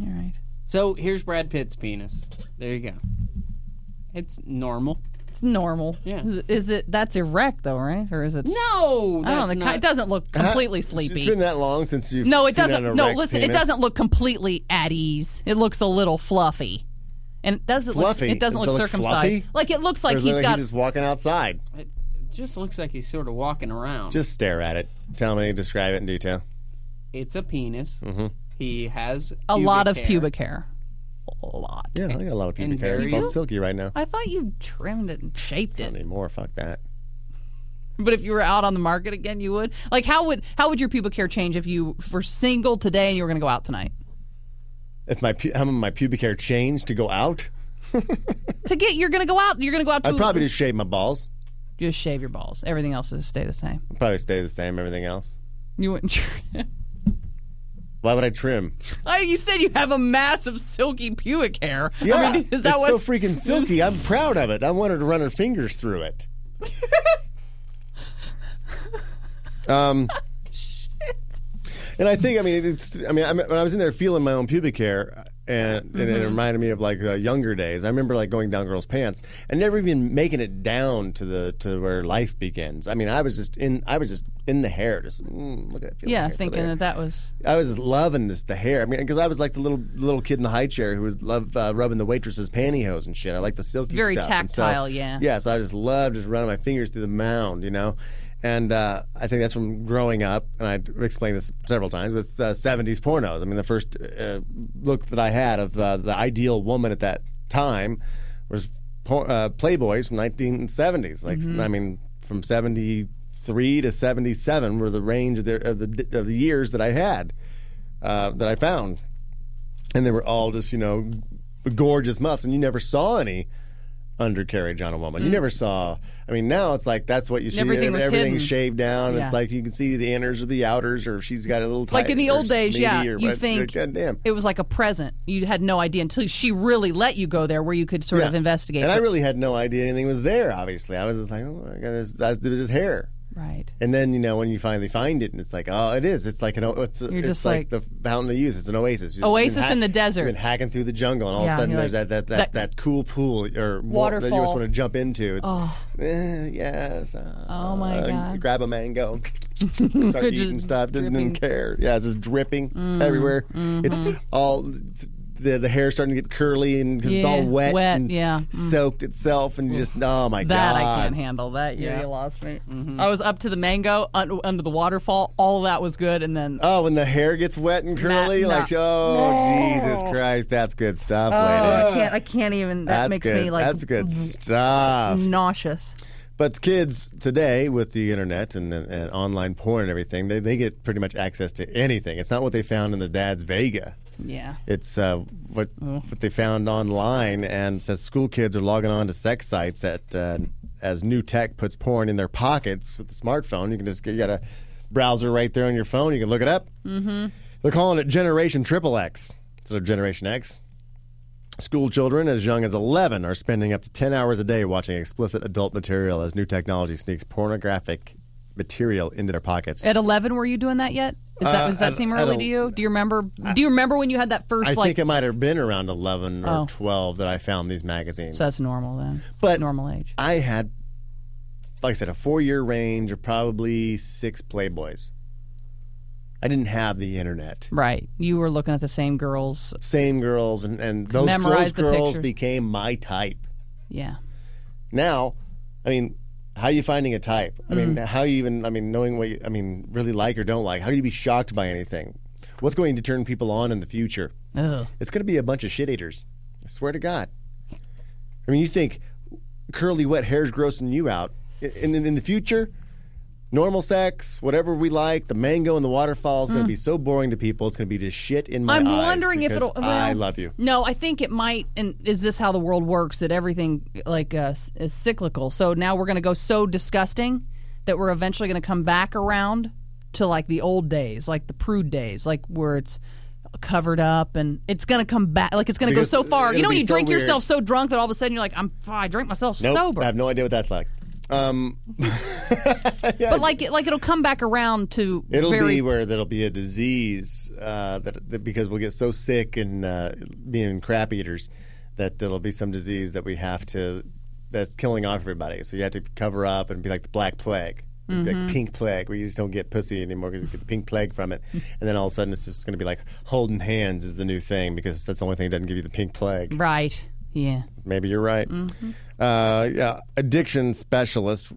Speaker 3: All right.
Speaker 4: So here's Brad Pitt's penis. There you go. It's normal.
Speaker 3: It's normal.
Speaker 4: Yeah.
Speaker 3: Is, is it that's erect though, right? Or is it? I don't know.
Speaker 4: No, that's
Speaker 3: the ki-
Speaker 4: not-
Speaker 3: It doesn't look completely sleepy.
Speaker 6: Uh-huh. It's been that long since you.
Speaker 3: no, it doesn't. No, listen, it doesn't look completely at ease. It looks a little fluffy, and it doesn't.
Speaker 6: Fluffy?
Speaker 3: Look, it doesn't
Speaker 6: Does
Speaker 3: look
Speaker 6: it look
Speaker 3: circumcised.
Speaker 6: fluffy?
Speaker 3: Like it looks like
Speaker 6: Or is it
Speaker 3: he's
Speaker 6: like
Speaker 3: got.
Speaker 6: just walking outside.
Speaker 4: It just looks like he's sort of walking around.
Speaker 6: Just stare at it. Tell me, describe it in detail.
Speaker 4: It's a penis. Mm-hmm. He has
Speaker 3: A lot of
Speaker 4: hair.
Speaker 3: pubic hair. A lot.
Speaker 6: Yeah, I got a lot of pubic
Speaker 4: And
Speaker 6: hair. It's
Speaker 4: very-
Speaker 6: all silky right now.
Speaker 3: I thought you trimmed it and shaped it.
Speaker 6: Not anymore. Fuck that.
Speaker 3: But if you were out on the market again, you would. Like, how would how would your pubic hair change if you were single today and you were going to go out tonight
Speaker 6: If my pu- how my pubic hair changed to go out,
Speaker 3: to get? You're going to go out. You're going to go out. To,
Speaker 6: I'd probably just shave my balls.
Speaker 3: just shave your balls. Everything else is stay the same.
Speaker 6: I'd probably stay the same. Everything else.
Speaker 3: You wouldn't.
Speaker 6: Why would I trim?
Speaker 3: I, you said you have a massive silky pubic hair.
Speaker 6: Yeah,
Speaker 3: I mean, is that
Speaker 6: it's
Speaker 3: what?
Speaker 6: so freaking silky. I'm proud of it. I want her to run her fingers through it. um, and I think I mean it's. I mean, I, when I was in there feeling my own pubic hair, uh, and, and it
Speaker 3: Mm-hmm.
Speaker 10: Mhm.
Speaker 6: reminded me of like uh, younger days. I remember like going down girls' pants and never even making it down to the to where life begins. I mean, I was just in. I was just in the hair. Just mm, look at that. feeling
Speaker 3: yeah,
Speaker 6: hair, feel
Speaker 3: thinking
Speaker 6: the hair.
Speaker 3: that that was.
Speaker 6: I was loving this the hair. I mean, because I was like the little little kid in the high chair who would love uh, rubbing the waitress's pantyhose and shit. I like the silky
Speaker 3: Very
Speaker 6: stuff. And so-
Speaker 3: tactile, yeah.
Speaker 6: Yeah, so I just loved just running my fingers through the mound, you know. And uh, I think that's from growing up, and I explained this several times with uh, '70s pornos. I mean, the first uh, look that I had of uh, the ideal woman at that time was por- uh, Playboys from 1970s. Like,
Speaker 3: Mm-hmm.
Speaker 10: Mhm.
Speaker 6: I mean, from 73 to 77 were the range of the of the, of the years that I had uh, that I found, and they were all just you know gorgeous muffs, and you never saw any undercarriage on a woman. You
Speaker 10: Mm.
Speaker 6: never saw. I mean, now it's like that's what you see.
Speaker 3: Everything was
Speaker 6: Everything's
Speaker 3: hidden.
Speaker 6: shaved down. It's
Speaker 3: Yeah.
Speaker 6: like you can see the inners or the outers, or if she's got a little tight,
Speaker 3: Like in the
Speaker 6: or
Speaker 3: old days,
Speaker 6: meaty
Speaker 3: yeah,
Speaker 6: or-
Speaker 3: you
Speaker 6: but-
Speaker 3: think
Speaker 6: goddamn.
Speaker 3: it was like a present. You had no idea until she really let you go there, where you could sort of
Speaker 6: Yeah.
Speaker 3: investigate.
Speaker 6: And I
Speaker 3: it.
Speaker 6: really had no idea anything was there. Obviously, I was just like, oh my god, there's, that, there was his hair.
Speaker 3: Right.
Speaker 6: And then you know when you finally find it, and it's like, oh, it is. It's like an. o- It's, a-
Speaker 3: You're
Speaker 6: it's
Speaker 3: just
Speaker 6: like, the fountain of youth. It's an oasis. You've
Speaker 3: Oasis
Speaker 6: been
Speaker 3: in the desert.
Speaker 6: You've been hacking through the jungle, and all
Speaker 3: Yeah,
Speaker 6: of a sudden
Speaker 3: you're
Speaker 6: there's
Speaker 3: like,
Speaker 6: that, that, that,
Speaker 3: that-
Speaker 6: that cool pool or wa- that you
Speaker 3: Waterfall.
Speaker 6: just want to jump into. It's
Speaker 3: Oh.
Speaker 6: eh, yes. uh,
Speaker 3: Oh, my
Speaker 6: uh,
Speaker 3: God.
Speaker 6: Grab a mango. Start eating stuff. Didn't, even care. Yeah, it's just dripping
Speaker 3: Mm-hmm.
Speaker 10: Mm,
Speaker 6: everywhere.
Speaker 10: mhm.
Speaker 6: It's all it's- the the hair starting to get curly and because it's all
Speaker 3: Yeah,
Speaker 6: wet,
Speaker 3: wet,
Speaker 6: and
Speaker 3: yeah. Mm.
Speaker 6: soaked itself and just oh my
Speaker 3: that
Speaker 6: god
Speaker 3: I can't handle. That year
Speaker 6: Yeah.
Speaker 3: you lost me. I was up to the mango un- under the waterfall. All that was good, and then
Speaker 6: Oh, when the hair gets wet and curly,
Speaker 3: nah.
Speaker 6: like oh
Speaker 3: No.
Speaker 6: Jesus Christ, that's good stuff,
Speaker 3: I
Speaker 6: ladies.
Speaker 3: can't. I can't even. That
Speaker 6: Uh, that's
Speaker 3: makes
Speaker 6: good.
Speaker 3: me like mm-hmm.
Speaker 6: that's good stuff.
Speaker 3: nauseous.
Speaker 6: But kids today, with the internet and, and, and online porn and everything, they, they get pretty much access to anything. It's not what they found in the dad's Vega.
Speaker 3: Yeah.
Speaker 6: It's uh, what
Speaker 3: Oh.
Speaker 6: what they found online, and says school kids are logging on to sex sites at uh, as new tech puts porn in their pockets with the smartphone. You can just get- you got a browser right there on your phone. You can look it up.
Speaker 10: Mm-hmm.
Speaker 6: They're calling it Generation Triple X instead of Generation X. School children as young as 11 are spending up to 10 hours a day watching explicit adult material as new technology sneaks pornographic material into their pockets.
Speaker 3: At 11, were you doing that yet? Is that,
Speaker 6: Uh,
Speaker 3: does that
Speaker 6: at-
Speaker 3: seem
Speaker 6: at
Speaker 3: early
Speaker 6: a-
Speaker 3: to you? Do you remember? Do you remember when you had that first
Speaker 6: I
Speaker 3: like?
Speaker 6: think it might have been around 11 or
Speaker 3: Oh.
Speaker 6: 12 that I found these magazines.
Speaker 3: so that's normal then.
Speaker 6: but
Speaker 3: normal age.
Speaker 6: I had, like I said, a four year range of probably six Playboys. I didn't have the internet.
Speaker 3: Right. You were looking at the same girls.
Speaker 6: Same girls, and, and those, those
Speaker 3: Memorize the
Speaker 6: girls
Speaker 3: pictures.
Speaker 6: became my type.
Speaker 3: Yeah.
Speaker 6: Now, I mean, how are you finding a type? I mean,
Speaker 3: Mm.
Speaker 6: how you even, I mean, knowing what you, I mean, really like or don't like, how you be shocked by anything? What's going to turn people on in the future?
Speaker 3: Ugh.
Speaker 6: It's going to be a bunch of shit eaters. I swear to God. I mean, you think curly, wet hair's grossing you out. In, in, in the future, normal sex, whatever we like, the mango and the waterfall is going to be so boring to people. It's going to be just shit in my
Speaker 3: Mm. I'm
Speaker 6: eyes
Speaker 3: wondering if
Speaker 6: because
Speaker 3: it'll. well,
Speaker 6: I love you.
Speaker 3: No, I think it might. And is this how the world works? That everything like uh, s- is cyclical. So now we're going to go so disgusting that we're eventually going to come back around to like the old days, like the prude days, like where it's covered up and it's going to come back. Like it's going to go
Speaker 6: Because
Speaker 3: so far. You
Speaker 6: it'll
Speaker 3: know, when
Speaker 6: be
Speaker 3: you
Speaker 6: so
Speaker 3: drink
Speaker 6: weird.
Speaker 3: yourself so drunk that all of a sudden you're like, I'm. I drank myself
Speaker 6: Nope,
Speaker 3: sober.
Speaker 6: I have no idea what that's like. Um,
Speaker 3: But like, it, like it'll come back around to
Speaker 6: It'll
Speaker 3: very
Speaker 6: be where there'll be a disease uh, that, that because we'll get so sick and uh, being crap eaters that there'll be some disease that we have to that's killing off everybody. So you have to cover up and be like the black plague, It'd be like the pink plague, where you just don't get pussy anymore because you get the pink plague from it. and then all of a sudden it's just going to be like holding hands is the new thing because that's the only thing that doesn't give you the pink plague.
Speaker 3: right. Yeah.
Speaker 6: Maybe you're right.
Speaker 3: Mm-hmm.
Speaker 6: Uh, yeah, addiction specialist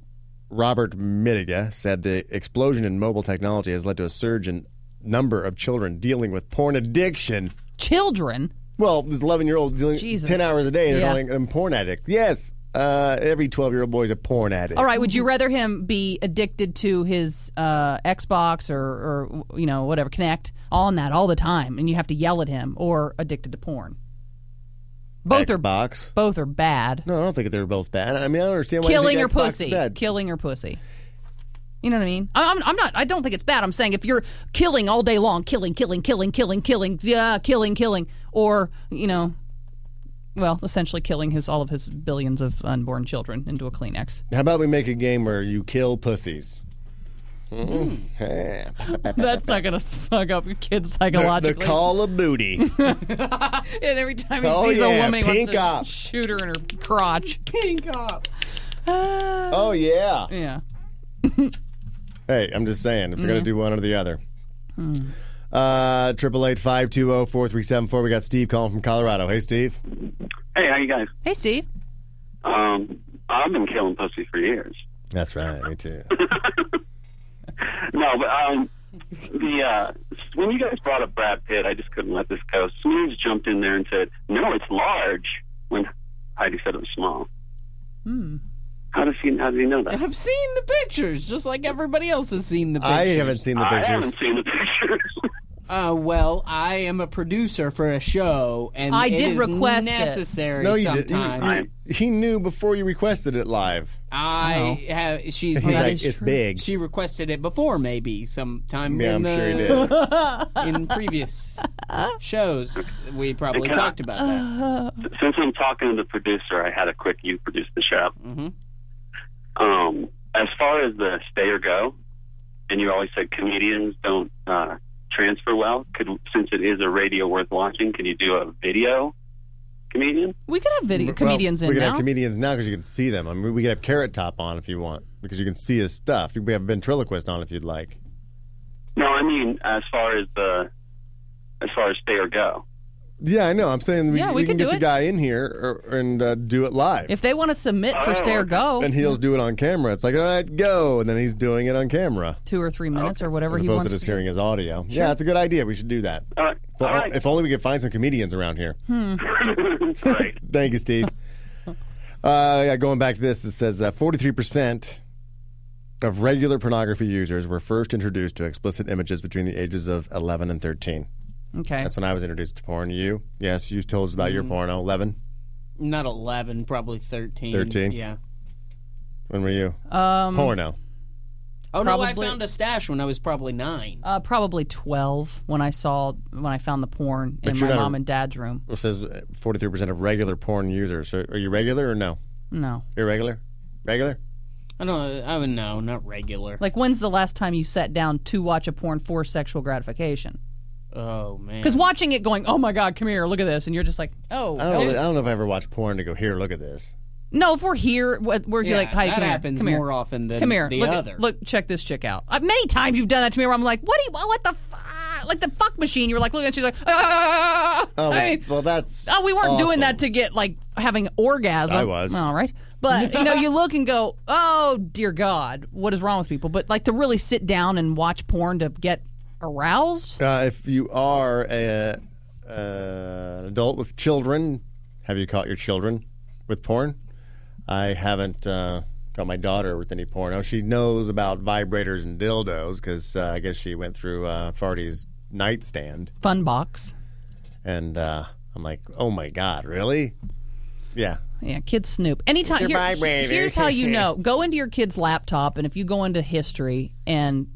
Speaker 6: Robert Mitiga said the explosion in mobile technology has led to a surge in number of children dealing with porn addiction.
Speaker 3: Children.
Speaker 6: Well, this 11 year old dealing
Speaker 3: Jesus.
Speaker 6: 10 hours a day, they're
Speaker 3: Yeah.
Speaker 6: calling them porn addicts. Yes, uh, every 12 year old boy is a porn addict.
Speaker 3: All right. Would you rather him be addicted to his uh, Xbox or, or you know whatever Connect on that all the time, and you have to yell at him, or addicted to porn? Both are
Speaker 6: Xbox.
Speaker 3: both are bad.
Speaker 6: No, I don't think they're both bad. I mean, I don't understand why you
Speaker 3: Killing or
Speaker 6: think Xbox is
Speaker 3: pussy.
Speaker 6: bad.
Speaker 3: Killing or pussy. You know what I mean? I- I'm, I'm not. I don't think it's bad. I'm saying if you're killing all day long, killing, killing, killing, killing, killing, yeah, killing, killing, or you know, well, essentially killing his all of his billions of unborn children into a Kleenex.
Speaker 6: How about we make a game where you kill pussies?
Speaker 3: Hmm.
Speaker 6: Mm. Yeah.
Speaker 3: That's not gonna fuck up your kid
Speaker 6: The,
Speaker 3: psychologically.
Speaker 6: the call of booty.
Speaker 3: and every time he
Speaker 6: Oh,
Speaker 3: sees
Speaker 6: yeah,
Speaker 3: a woman, he
Speaker 6: pink
Speaker 3: wants to
Speaker 6: up.
Speaker 3: shoot her in her crotch. Pink up.
Speaker 6: oh, yeah.
Speaker 3: Yeah.
Speaker 6: Hey, I'm just saying, if they're going to do one or the other.
Speaker 3: Hmm.
Speaker 6: Uh, Triple eight five two zero four three seven four. We got Steve calling from Colorado. Hey, Steve.
Speaker 10: Hey, how you guys?
Speaker 3: Hey, Steve.
Speaker 10: Um, I've been killing pussy for years.
Speaker 6: That's right. Me too.
Speaker 10: No, but um, the uh, when you guys brought up Brad Pitt, I just couldn't let this go. Smooze jumped in there and said, "No, it's large." When Heidi said it was small. How does he? How does he know that?
Speaker 4: I've seen the pictures, just like everybody else has seen the pictures.
Speaker 6: I haven't seen the
Speaker 10: I
Speaker 6: pictures.
Speaker 10: haven't seen the pictures.
Speaker 4: Uh, well, I am a producer for a show, and
Speaker 3: I
Speaker 4: it
Speaker 3: did
Speaker 4: is
Speaker 3: request it.
Speaker 4: necessary.
Speaker 6: No, you did.
Speaker 4: sometimes.
Speaker 6: He, he- he knew before you requested it live.
Speaker 4: I have. She's
Speaker 3: Oh,
Speaker 6: He's
Speaker 4: made-
Speaker 6: like, it's big.
Speaker 4: She requested it before, maybe sometime.
Speaker 6: Yeah,
Speaker 4: in
Speaker 6: I'm sure he
Speaker 4: the-
Speaker 6: did.
Speaker 4: in previous shows, we probably
Speaker 10: Can I-
Speaker 4: talked about that.
Speaker 10: Since I'm talking to the producer, I had a quick. You produced the show.
Speaker 4: Mhm.
Speaker 10: Um, as far as the stay or go, and you always said comedians don't uh, transfer well. Could since it is a radio worth watching, can you do a video comedian?
Speaker 3: We could have video
Speaker 6: Well,
Speaker 3: comedians
Speaker 6: we
Speaker 3: in
Speaker 6: could
Speaker 3: now.
Speaker 6: have comedians now because you can see them. I mean, we could have Carrot Top on if you want because you can see his stuff. We have ventriloquist on if you'd like.
Speaker 10: No, I mean as far as the as far as stay or go.
Speaker 6: Yeah, I know. I'm saying we,
Speaker 3: Yeah, we could
Speaker 6: can get
Speaker 3: do
Speaker 6: the
Speaker 3: it.
Speaker 6: guy in here or, and uh, do it live.
Speaker 3: if they want to submit for
Speaker 10: Oh,
Speaker 3: stare
Speaker 10: okay.
Speaker 3: go,
Speaker 6: and he'll do it on camera. It's like, all right, go, and then he's doing it on camera.
Speaker 3: two or three minutes or whatever
Speaker 6: As
Speaker 3: he
Speaker 6: opposed to
Speaker 3: wants.
Speaker 6: just
Speaker 3: to do.
Speaker 6: hearing his audio. Yeah, it's a good idea. We should do that.
Speaker 10: All right,
Speaker 6: Well,
Speaker 10: all right,
Speaker 6: If only we could find some comedians around here.
Speaker 3: Hmm.
Speaker 10: right.
Speaker 6: Thank you, Steve. uh, yeah, going back to this, it says uh, 43% of regular pornography users were first introduced to explicit images between the ages of 11 and 13.
Speaker 3: Okay.
Speaker 6: That's when I was introduced to porn. You? Yes, you told us about
Speaker 3: Mm.
Speaker 6: your porno. 11?
Speaker 4: Not eleven, probably thirteen.
Speaker 6: 13?
Speaker 4: Yeah.
Speaker 6: When were you? Um, porno.
Speaker 4: Oh no, I
Speaker 3: Probably-
Speaker 4: found a stash when I was probably nine.
Speaker 3: Uh, probably twelve when I saw when I found the porn
Speaker 6: But
Speaker 3: in
Speaker 6: you're
Speaker 3: my
Speaker 6: not a-
Speaker 3: mom and dad's room.
Speaker 6: It says forty three percent of regular porn users. So are you regular or no?
Speaker 3: No.
Speaker 6: Irregular? Regular?
Speaker 4: I don't. I would no, not regular.
Speaker 3: Like, when's the last time you sat down to watch a porn for sexual gratification?
Speaker 4: oh man.
Speaker 3: Because watching it, going, "Oh my God, come here, look at this," and you're just like, "Oh."
Speaker 6: I don't,
Speaker 3: okay."
Speaker 6: I don't know if I ever watched porn to go here. Look at this.
Speaker 3: No, if we're here, we're we're here
Speaker 4: Yeah,
Speaker 3: like, "Hi,
Speaker 4: that
Speaker 3: come
Speaker 4: happens
Speaker 3: here, come here."
Speaker 4: more often than
Speaker 3: come here,
Speaker 4: the
Speaker 3: look, at-
Speaker 4: other.
Speaker 3: Look, check this chick out. Uh, many times you've done that to me, where I'm like, "What do you? What the? Fuck? Like the fuck machine?" You were like, "Look at," you like, "Ah."
Speaker 6: Oh, well,
Speaker 3: I mean,
Speaker 6: well, that's.
Speaker 3: Oh, we weren't doing
Speaker 6: awesome.
Speaker 3: that to get like having orgasm.
Speaker 6: I was.
Speaker 3: All right. But you know, you look and go, "Oh dear God, what is wrong with people?" But like to really sit down and watch porn to get aroused.
Speaker 6: Uh, if you are a, uh, an adult with children, have you caught your children with porn? I haven't uh, caught my daughter with any porno. She knows about vibrators and dildos because uh, I guess she went through uh, Farty's nightstand.
Speaker 3: Fun box.
Speaker 6: And uh, I'm like, oh my God, really? Yeah.
Speaker 3: Yeah, kids snoop. Anytime
Speaker 6: Your
Speaker 3: here-
Speaker 6: vibrator.
Speaker 3: here's how you know. Go into your kid's laptop and if you go into history and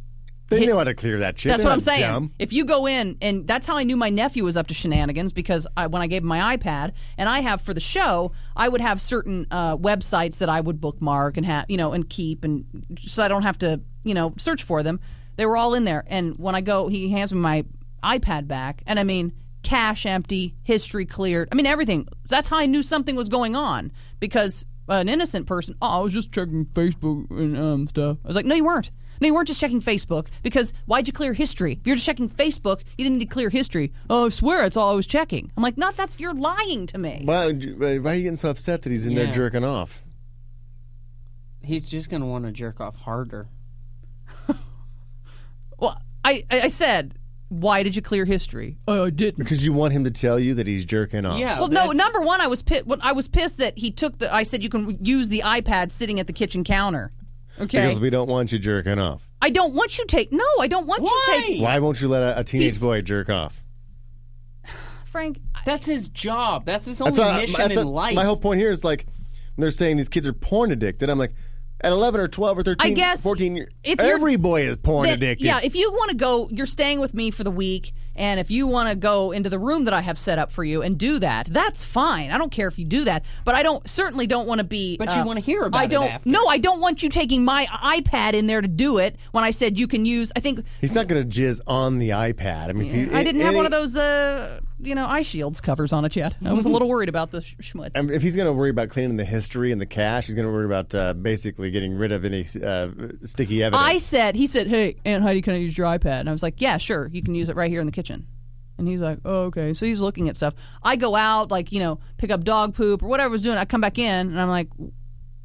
Speaker 6: They know how to clear that shit.
Speaker 3: that's
Speaker 6: They're
Speaker 3: what I'm
Speaker 6: not
Speaker 3: saying.
Speaker 6: dumb.
Speaker 3: If you go in and that's how I knew my nephew was up to shenanigans because I, when I gave him my iPad and I have for the show, I would have certain uh, websites that I would bookmark and have, you know, and keep and so I don't have to, you know, search for them. They were all in there. And when I go, he hands me my iPad back and I mean cache empty, history cleared. I mean, everything. That's how I knew something was going on because an innocent person, oh, I was just checking Facebook and um, stuff. I was like, no, you weren't. No, you weren't just checking Facebook because why'd you clear history? If you're just checking Facebook, you didn't need to clear history. Oh, I swear, it's all I was checking. I'm like, no, that's you're lying to me.
Speaker 6: Why, would you- why are you getting so upset that he's in
Speaker 4: Yeah.
Speaker 6: there jerking off?
Speaker 4: He's just gonna want to jerk off harder.
Speaker 3: Well, I, I I said, why did you clear history? Oh, I didn't.
Speaker 6: Because you want him to tell you that he's jerking off.
Speaker 4: Yeah.
Speaker 3: Well, no.
Speaker 4: that's-
Speaker 3: Number one, I was pit. When I was pissed that he took the. I said you can use the iPad sitting at the kitchen counter. Okay.
Speaker 6: Because we don't want you jerking off.
Speaker 3: I don't want you take. No, I don't want you take.
Speaker 6: Why won't you let a, a teenage
Speaker 3: He's-
Speaker 6: boy jerk off?
Speaker 3: Frank,
Speaker 4: That's his job. That's his only
Speaker 6: what I-
Speaker 4: mission
Speaker 6: that's
Speaker 4: in
Speaker 6: what-
Speaker 4: life.
Speaker 6: My whole point here is like, when they're saying these kids are porn addicted. I'm like, at 11 or 12 or 13,
Speaker 3: I guess
Speaker 6: 14 years,
Speaker 3: if you're-
Speaker 6: every boy is porn
Speaker 3: that-
Speaker 6: addicted.
Speaker 3: Yeah, if you want to go, you're staying with me for the week, and if you want to go into the room that I have set up for you and do that, that's fine. I don't care if you do that, but I don't certainly don't want to be. uh,
Speaker 4: But you wanna hear about
Speaker 3: I
Speaker 4: it
Speaker 3: don't.
Speaker 4: after.
Speaker 3: No, I don't want you taking my iPad in there to do it. When I said you can use, I think
Speaker 6: He's not going to jizz on the iPad. I mean, if he-
Speaker 3: I didn't have
Speaker 6: any-
Speaker 3: one of those, uh, you know, eye shields covers on it yet. I was a little worried about the sh- schmutz.
Speaker 6: I mean, um, if he's going to worry about cleaning the history and the cache, he's going to worry about uh, basically getting rid of any uh, sticky evidence.
Speaker 3: I said, he said, hey, Aunt Heidi, can I use your iPad? And I was like, yeah, sure. You can use it right here in the kitchen. And he's like, oh, okay. So he's looking at stuff. I go out, like, you know, pick up dog poop or whatever I was doing. I come back in and I'm like,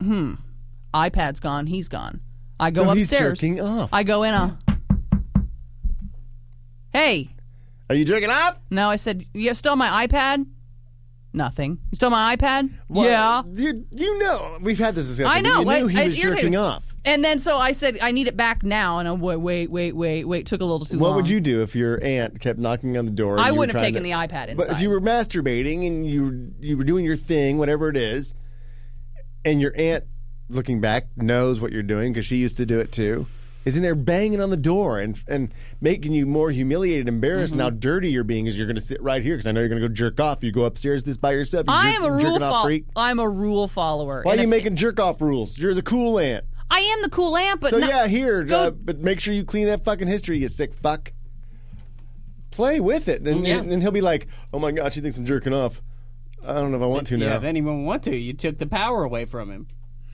Speaker 3: hmm, iPad's gone. He's gone. I go
Speaker 6: So he's
Speaker 3: upstairs.
Speaker 6: jerking off.
Speaker 3: I go in a, hey.
Speaker 6: Are you jerking off?
Speaker 3: No, I said, you still my iPad? Nothing. You still my iPad? yeah.
Speaker 6: You, you know, we've had this discussion.
Speaker 3: I know.
Speaker 6: You knew
Speaker 3: It-
Speaker 6: he
Speaker 3: it
Speaker 6: was
Speaker 3: irritated
Speaker 6: jerking
Speaker 3: me.
Speaker 6: off.
Speaker 3: And then so I said, I need it back now. And I wait, wait, wait, wait, wait. Took a little too
Speaker 6: What
Speaker 3: long.
Speaker 6: would you do if your aunt kept knocking on the door? and
Speaker 3: I
Speaker 6: you were
Speaker 3: wouldn't have taken
Speaker 6: trying to-
Speaker 3: the iPad
Speaker 6: But if
Speaker 3: inside.
Speaker 6: you were masturbating and you you were doing your thing, whatever it is, and your aunt, looking back, knows what you're doing because she used to do it too, is in there banging on the door and and making you more humiliated, embarrassed,
Speaker 3: Mm-hmm.
Speaker 6: and how dirty you're being is you're going to sit right here because I know you're going to go jerk off. You go upstairs this by yourself. You
Speaker 3: I
Speaker 6: jerk-
Speaker 3: am a
Speaker 6: jerking
Speaker 3: rule
Speaker 6: off
Speaker 3: fol-
Speaker 6: freak.
Speaker 3: I'm a rule follower.
Speaker 6: Why
Speaker 3: And
Speaker 6: are you
Speaker 3: if-
Speaker 6: making jerk off rules? You're the cool aunt.
Speaker 3: I am the cool aunt, but
Speaker 6: So
Speaker 3: not-
Speaker 6: yeah, here,
Speaker 3: go-
Speaker 6: uh, but make sure you clean that fucking history, you sick fuck. Play with it, and
Speaker 4: Yeah.
Speaker 6: and he'll be like, "Oh my god, she thinks I'm jerking off. I don't know if I want to
Speaker 4: yeah,
Speaker 6: now."
Speaker 4: if anyone want to, you took the power away from him.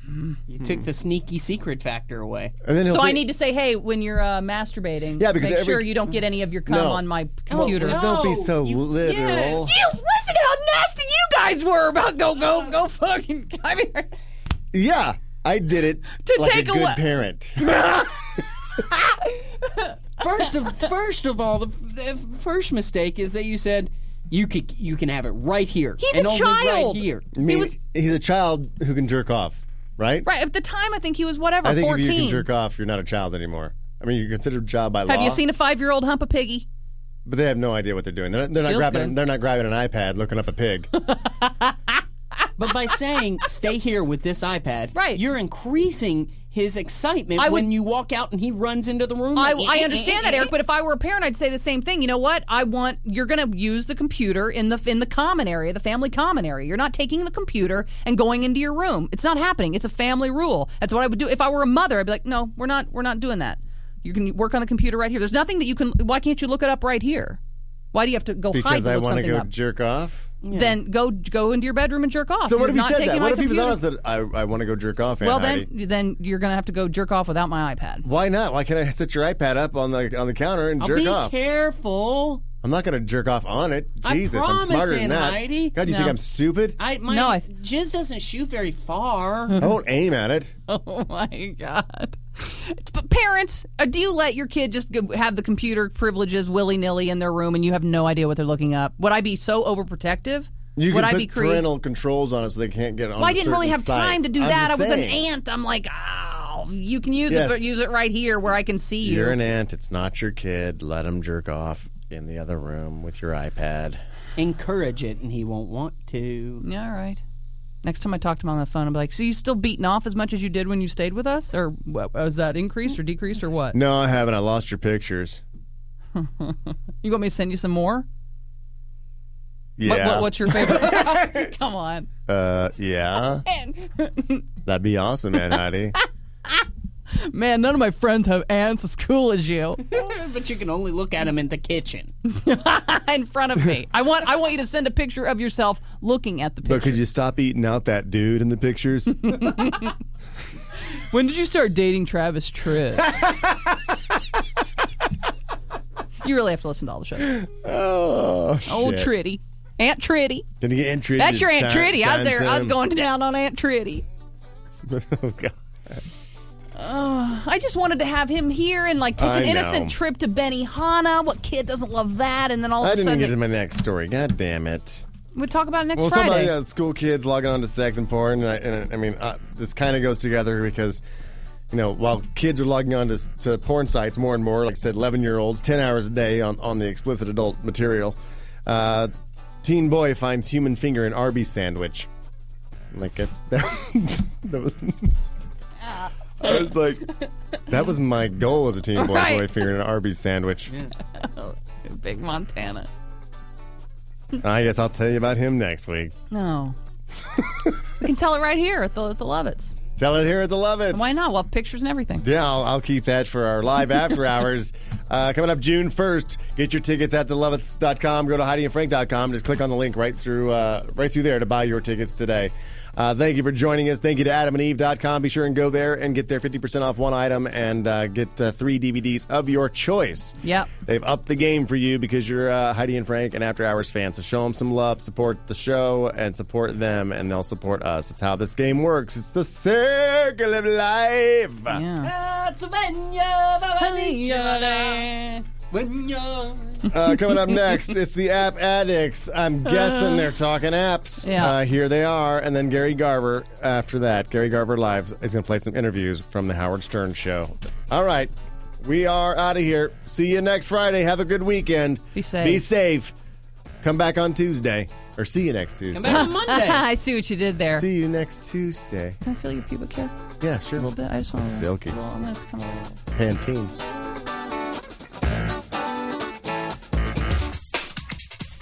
Speaker 3: Hmm.
Speaker 4: You took the sneaky secret factor away.
Speaker 6: and then he'll
Speaker 3: so I
Speaker 6: think-
Speaker 3: need to say, hey, when you're uh, masturbating,
Speaker 6: Yeah, because
Speaker 3: make
Speaker 6: every-
Speaker 3: sure you don't get any of your cum
Speaker 6: No.
Speaker 3: on my
Speaker 6: Well,
Speaker 3: computer.
Speaker 6: Don't be so literal.
Speaker 4: yes.
Speaker 3: You listen how nasty you guys were about go go go fucking. I mean,
Speaker 6: Yeah, I did it
Speaker 3: To
Speaker 6: like
Speaker 3: take
Speaker 6: a
Speaker 3: a
Speaker 6: good
Speaker 3: wha-
Speaker 6: parent.
Speaker 4: First of first of all, the, the first mistake is that you said you could you can have it right here.
Speaker 3: He's
Speaker 4: and
Speaker 3: a
Speaker 4: only
Speaker 3: child.
Speaker 4: Right here.
Speaker 6: I mean,
Speaker 3: was-
Speaker 6: he's a child who can jerk off, right?
Speaker 3: right at the time, I think he was whatever
Speaker 6: I think if you
Speaker 3: 14.
Speaker 6: can jerk off, you're not a child anymore. I mean, you're considered a child by law.
Speaker 3: Have you seen a five year old hump a piggy?
Speaker 6: But they have no idea what they're doing. They're, they're not
Speaker 3: Feels
Speaker 6: grabbing.
Speaker 3: good.
Speaker 6: They're not grabbing an iPad, looking up a pig.
Speaker 4: But by saying stay here with this iPad,
Speaker 3: Right.
Speaker 4: you're increasing his excitement
Speaker 3: I would-
Speaker 4: when you walk out and he runs into the room.
Speaker 3: I,
Speaker 4: like,
Speaker 3: I understand
Speaker 4: eh,
Speaker 3: that, Eric. But if I were a parent, I'd say the same thing. You know what? I want you're going to use the computer in the in the common area, the family common area. You're not taking the computer and going into your room. It's not happening. It's a family rule. That's what I would do if I were a mother. I'd be like, no, we're not. We're not doing that. You can work on the computer right here. There's nothing that you can. Why can't you look it up right here? Why do you have to go hide
Speaker 6: because
Speaker 3: to
Speaker 6: I
Speaker 3: look
Speaker 6: want to
Speaker 3: something
Speaker 6: go
Speaker 3: up?
Speaker 6: jerk off.
Speaker 3: Then go go into your bedroom and jerk off.
Speaker 6: So
Speaker 3: You're
Speaker 6: what if he
Speaker 3: not
Speaker 6: said
Speaker 3: taking
Speaker 6: that?
Speaker 3: my
Speaker 6: What if he was
Speaker 3: computer.
Speaker 6: honest that I, I want to go jerk off? Aunt
Speaker 3: Well,
Speaker 6: Heidi?
Speaker 3: then then you're going to have to go jerk off without my iPad.
Speaker 6: Why not? Why can't I set your iPad up on the on the counter and
Speaker 4: I'll
Speaker 6: jerk
Speaker 4: be
Speaker 6: off?
Speaker 4: careful.
Speaker 6: I'm not going to jerk off on it.
Speaker 4: I
Speaker 6: Jesus, I'm
Speaker 4: promise,
Speaker 6: smarter than
Speaker 4: Aunt
Speaker 6: that.
Speaker 4: Heidi.
Speaker 6: God, you
Speaker 4: No.
Speaker 6: think I'm stupid? I,
Speaker 4: I my
Speaker 3: No, I-
Speaker 4: jizz doesn't shoot very far.
Speaker 6: won't aim at it.
Speaker 3: Oh my god! But parents, uh, do you let your kid just go- have the computer privileges willy nilly in their room, and you have no idea what they're looking up? Would I be so overprotective?
Speaker 6: You
Speaker 3: Would
Speaker 6: can
Speaker 3: I
Speaker 6: put
Speaker 3: be cre-
Speaker 6: parental controls on it so they can't get on.
Speaker 3: Well, I didn't really
Speaker 6: certain
Speaker 3: have time
Speaker 6: sites.
Speaker 3: to do
Speaker 6: I'm
Speaker 3: that. I
Speaker 6: just
Speaker 3: was an
Speaker 6: saying.
Speaker 3: aunt. I'm like, oh, you can use it,
Speaker 6: Yes.
Speaker 3: but use it right here where I can see you.
Speaker 6: You're an aunt. It's not your kid. Let him jerk off in the other room with your iPad.
Speaker 4: Encourage it, and he won't want to.
Speaker 3: Yeah, all right. Next time I talk to him on the phone, I'm like, so you still beating off as much as you did when you stayed with us, or what, was that increased or decreased or what?
Speaker 6: No, I haven't. I lost your pictures.
Speaker 3: You want me to send you some more?
Speaker 6: Yeah.
Speaker 3: What, what, what's your favorite? Come on.
Speaker 6: Uh, yeah. That'd be awesome, Aunt Heidi.
Speaker 3: Man, none of my friends have ants as cool as you
Speaker 4: but you can only look at him in the kitchen.
Speaker 3: in front of me. I want I want you to send a picture of yourself looking at the picture.
Speaker 6: But could you stop eating out that dude in the pictures?
Speaker 3: When did you start dating Travis Tritt? you really have to listen to all the shows.
Speaker 6: oh,
Speaker 3: Old
Speaker 6: shit.
Speaker 3: Tritty. Aunt Tritty.
Speaker 6: Did you get Aunt Tritty?
Speaker 3: That's your Aunt
Speaker 6: Sign-
Speaker 3: Tritty. I was
Speaker 6: sign
Speaker 3: there. I was
Speaker 6: some?
Speaker 3: going down on Aunt Tritty.
Speaker 6: oh God.
Speaker 3: I just wanted to have him here and like take
Speaker 6: I
Speaker 3: an
Speaker 6: know.
Speaker 3: innocent trip to Benihana. What kid doesn't love that? And then all
Speaker 6: I
Speaker 3: of a
Speaker 6: didn't even
Speaker 3: sudden
Speaker 6: get to my next story. God damn it.
Speaker 3: we talk about it next
Speaker 6: Well,
Speaker 3: Friday.
Speaker 6: somebody about yeah, school kids logging on to sex and porn, and I, and I mean, uh, this kind of goes together because, you know, while kids are logging on to, s- to porn sites more and more, like I said, 11 year olds, 10 hours a day on, on the explicit adult material, uh, teen boy finds human finger in Arby's sandwich. Like, that's. That, was. I was like, that was my goal as a teen boy,
Speaker 3: Right.
Speaker 6: boy finger in an Arby's sandwich.
Speaker 3: Big Montana.
Speaker 6: I guess I'll tell you about him next week.
Speaker 3: No. we Oh. can tell it right here at the, at the Lovitz.
Speaker 6: Tell it here at the Lovitz.
Speaker 3: Why not? We'll have pictures and everything.
Speaker 6: Yeah, I'll, I'll keep that for our live after hours. uh, coming up June 1st, get your tickets at thelovitz.com. Go to HeidiandFrank.com. Just click on the link right through uh, right through there to buy your tickets today. Uh, thank you for joining us. Thank you to adamandeve.com. Be sure and go there and get their 50% off one item and uh, get uh, three DVDs of your choice.
Speaker 3: Yep.
Speaker 6: They've upped the game for you because you're uh, Heidi and Frank and After Hours fan. So show them some love, support the show, and support them, and they'll support us. It's how this game works. It's the circle of life. Uh, coming up next, it's the App Addicts. I'm guessing they're talking apps.
Speaker 3: Yeah.
Speaker 6: Uh, here they are. And then Gary Garver after that. Gary Garver Live is going to play some interviews from The Howard Stern Show. All right. We are out of here. See you next Friday. Have a good weekend.
Speaker 3: Be safe.
Speaker 6: Be safe. Come back on Tuesday. Or see you next Tuesday.
Speaker 4: Come back on Monday.
Speaker 3: I see what you did there.
Speaker 6: See you next Tuesday.
Speaker 3: Can I feel your pubic hair
Speaker 6: Yeah, sure.
Speaker 3: a little bit? I just want to.
Speaker 6: Silky.
Speaker 3: Well, I'm gonna have to come over.
Speaker 6: Pantene.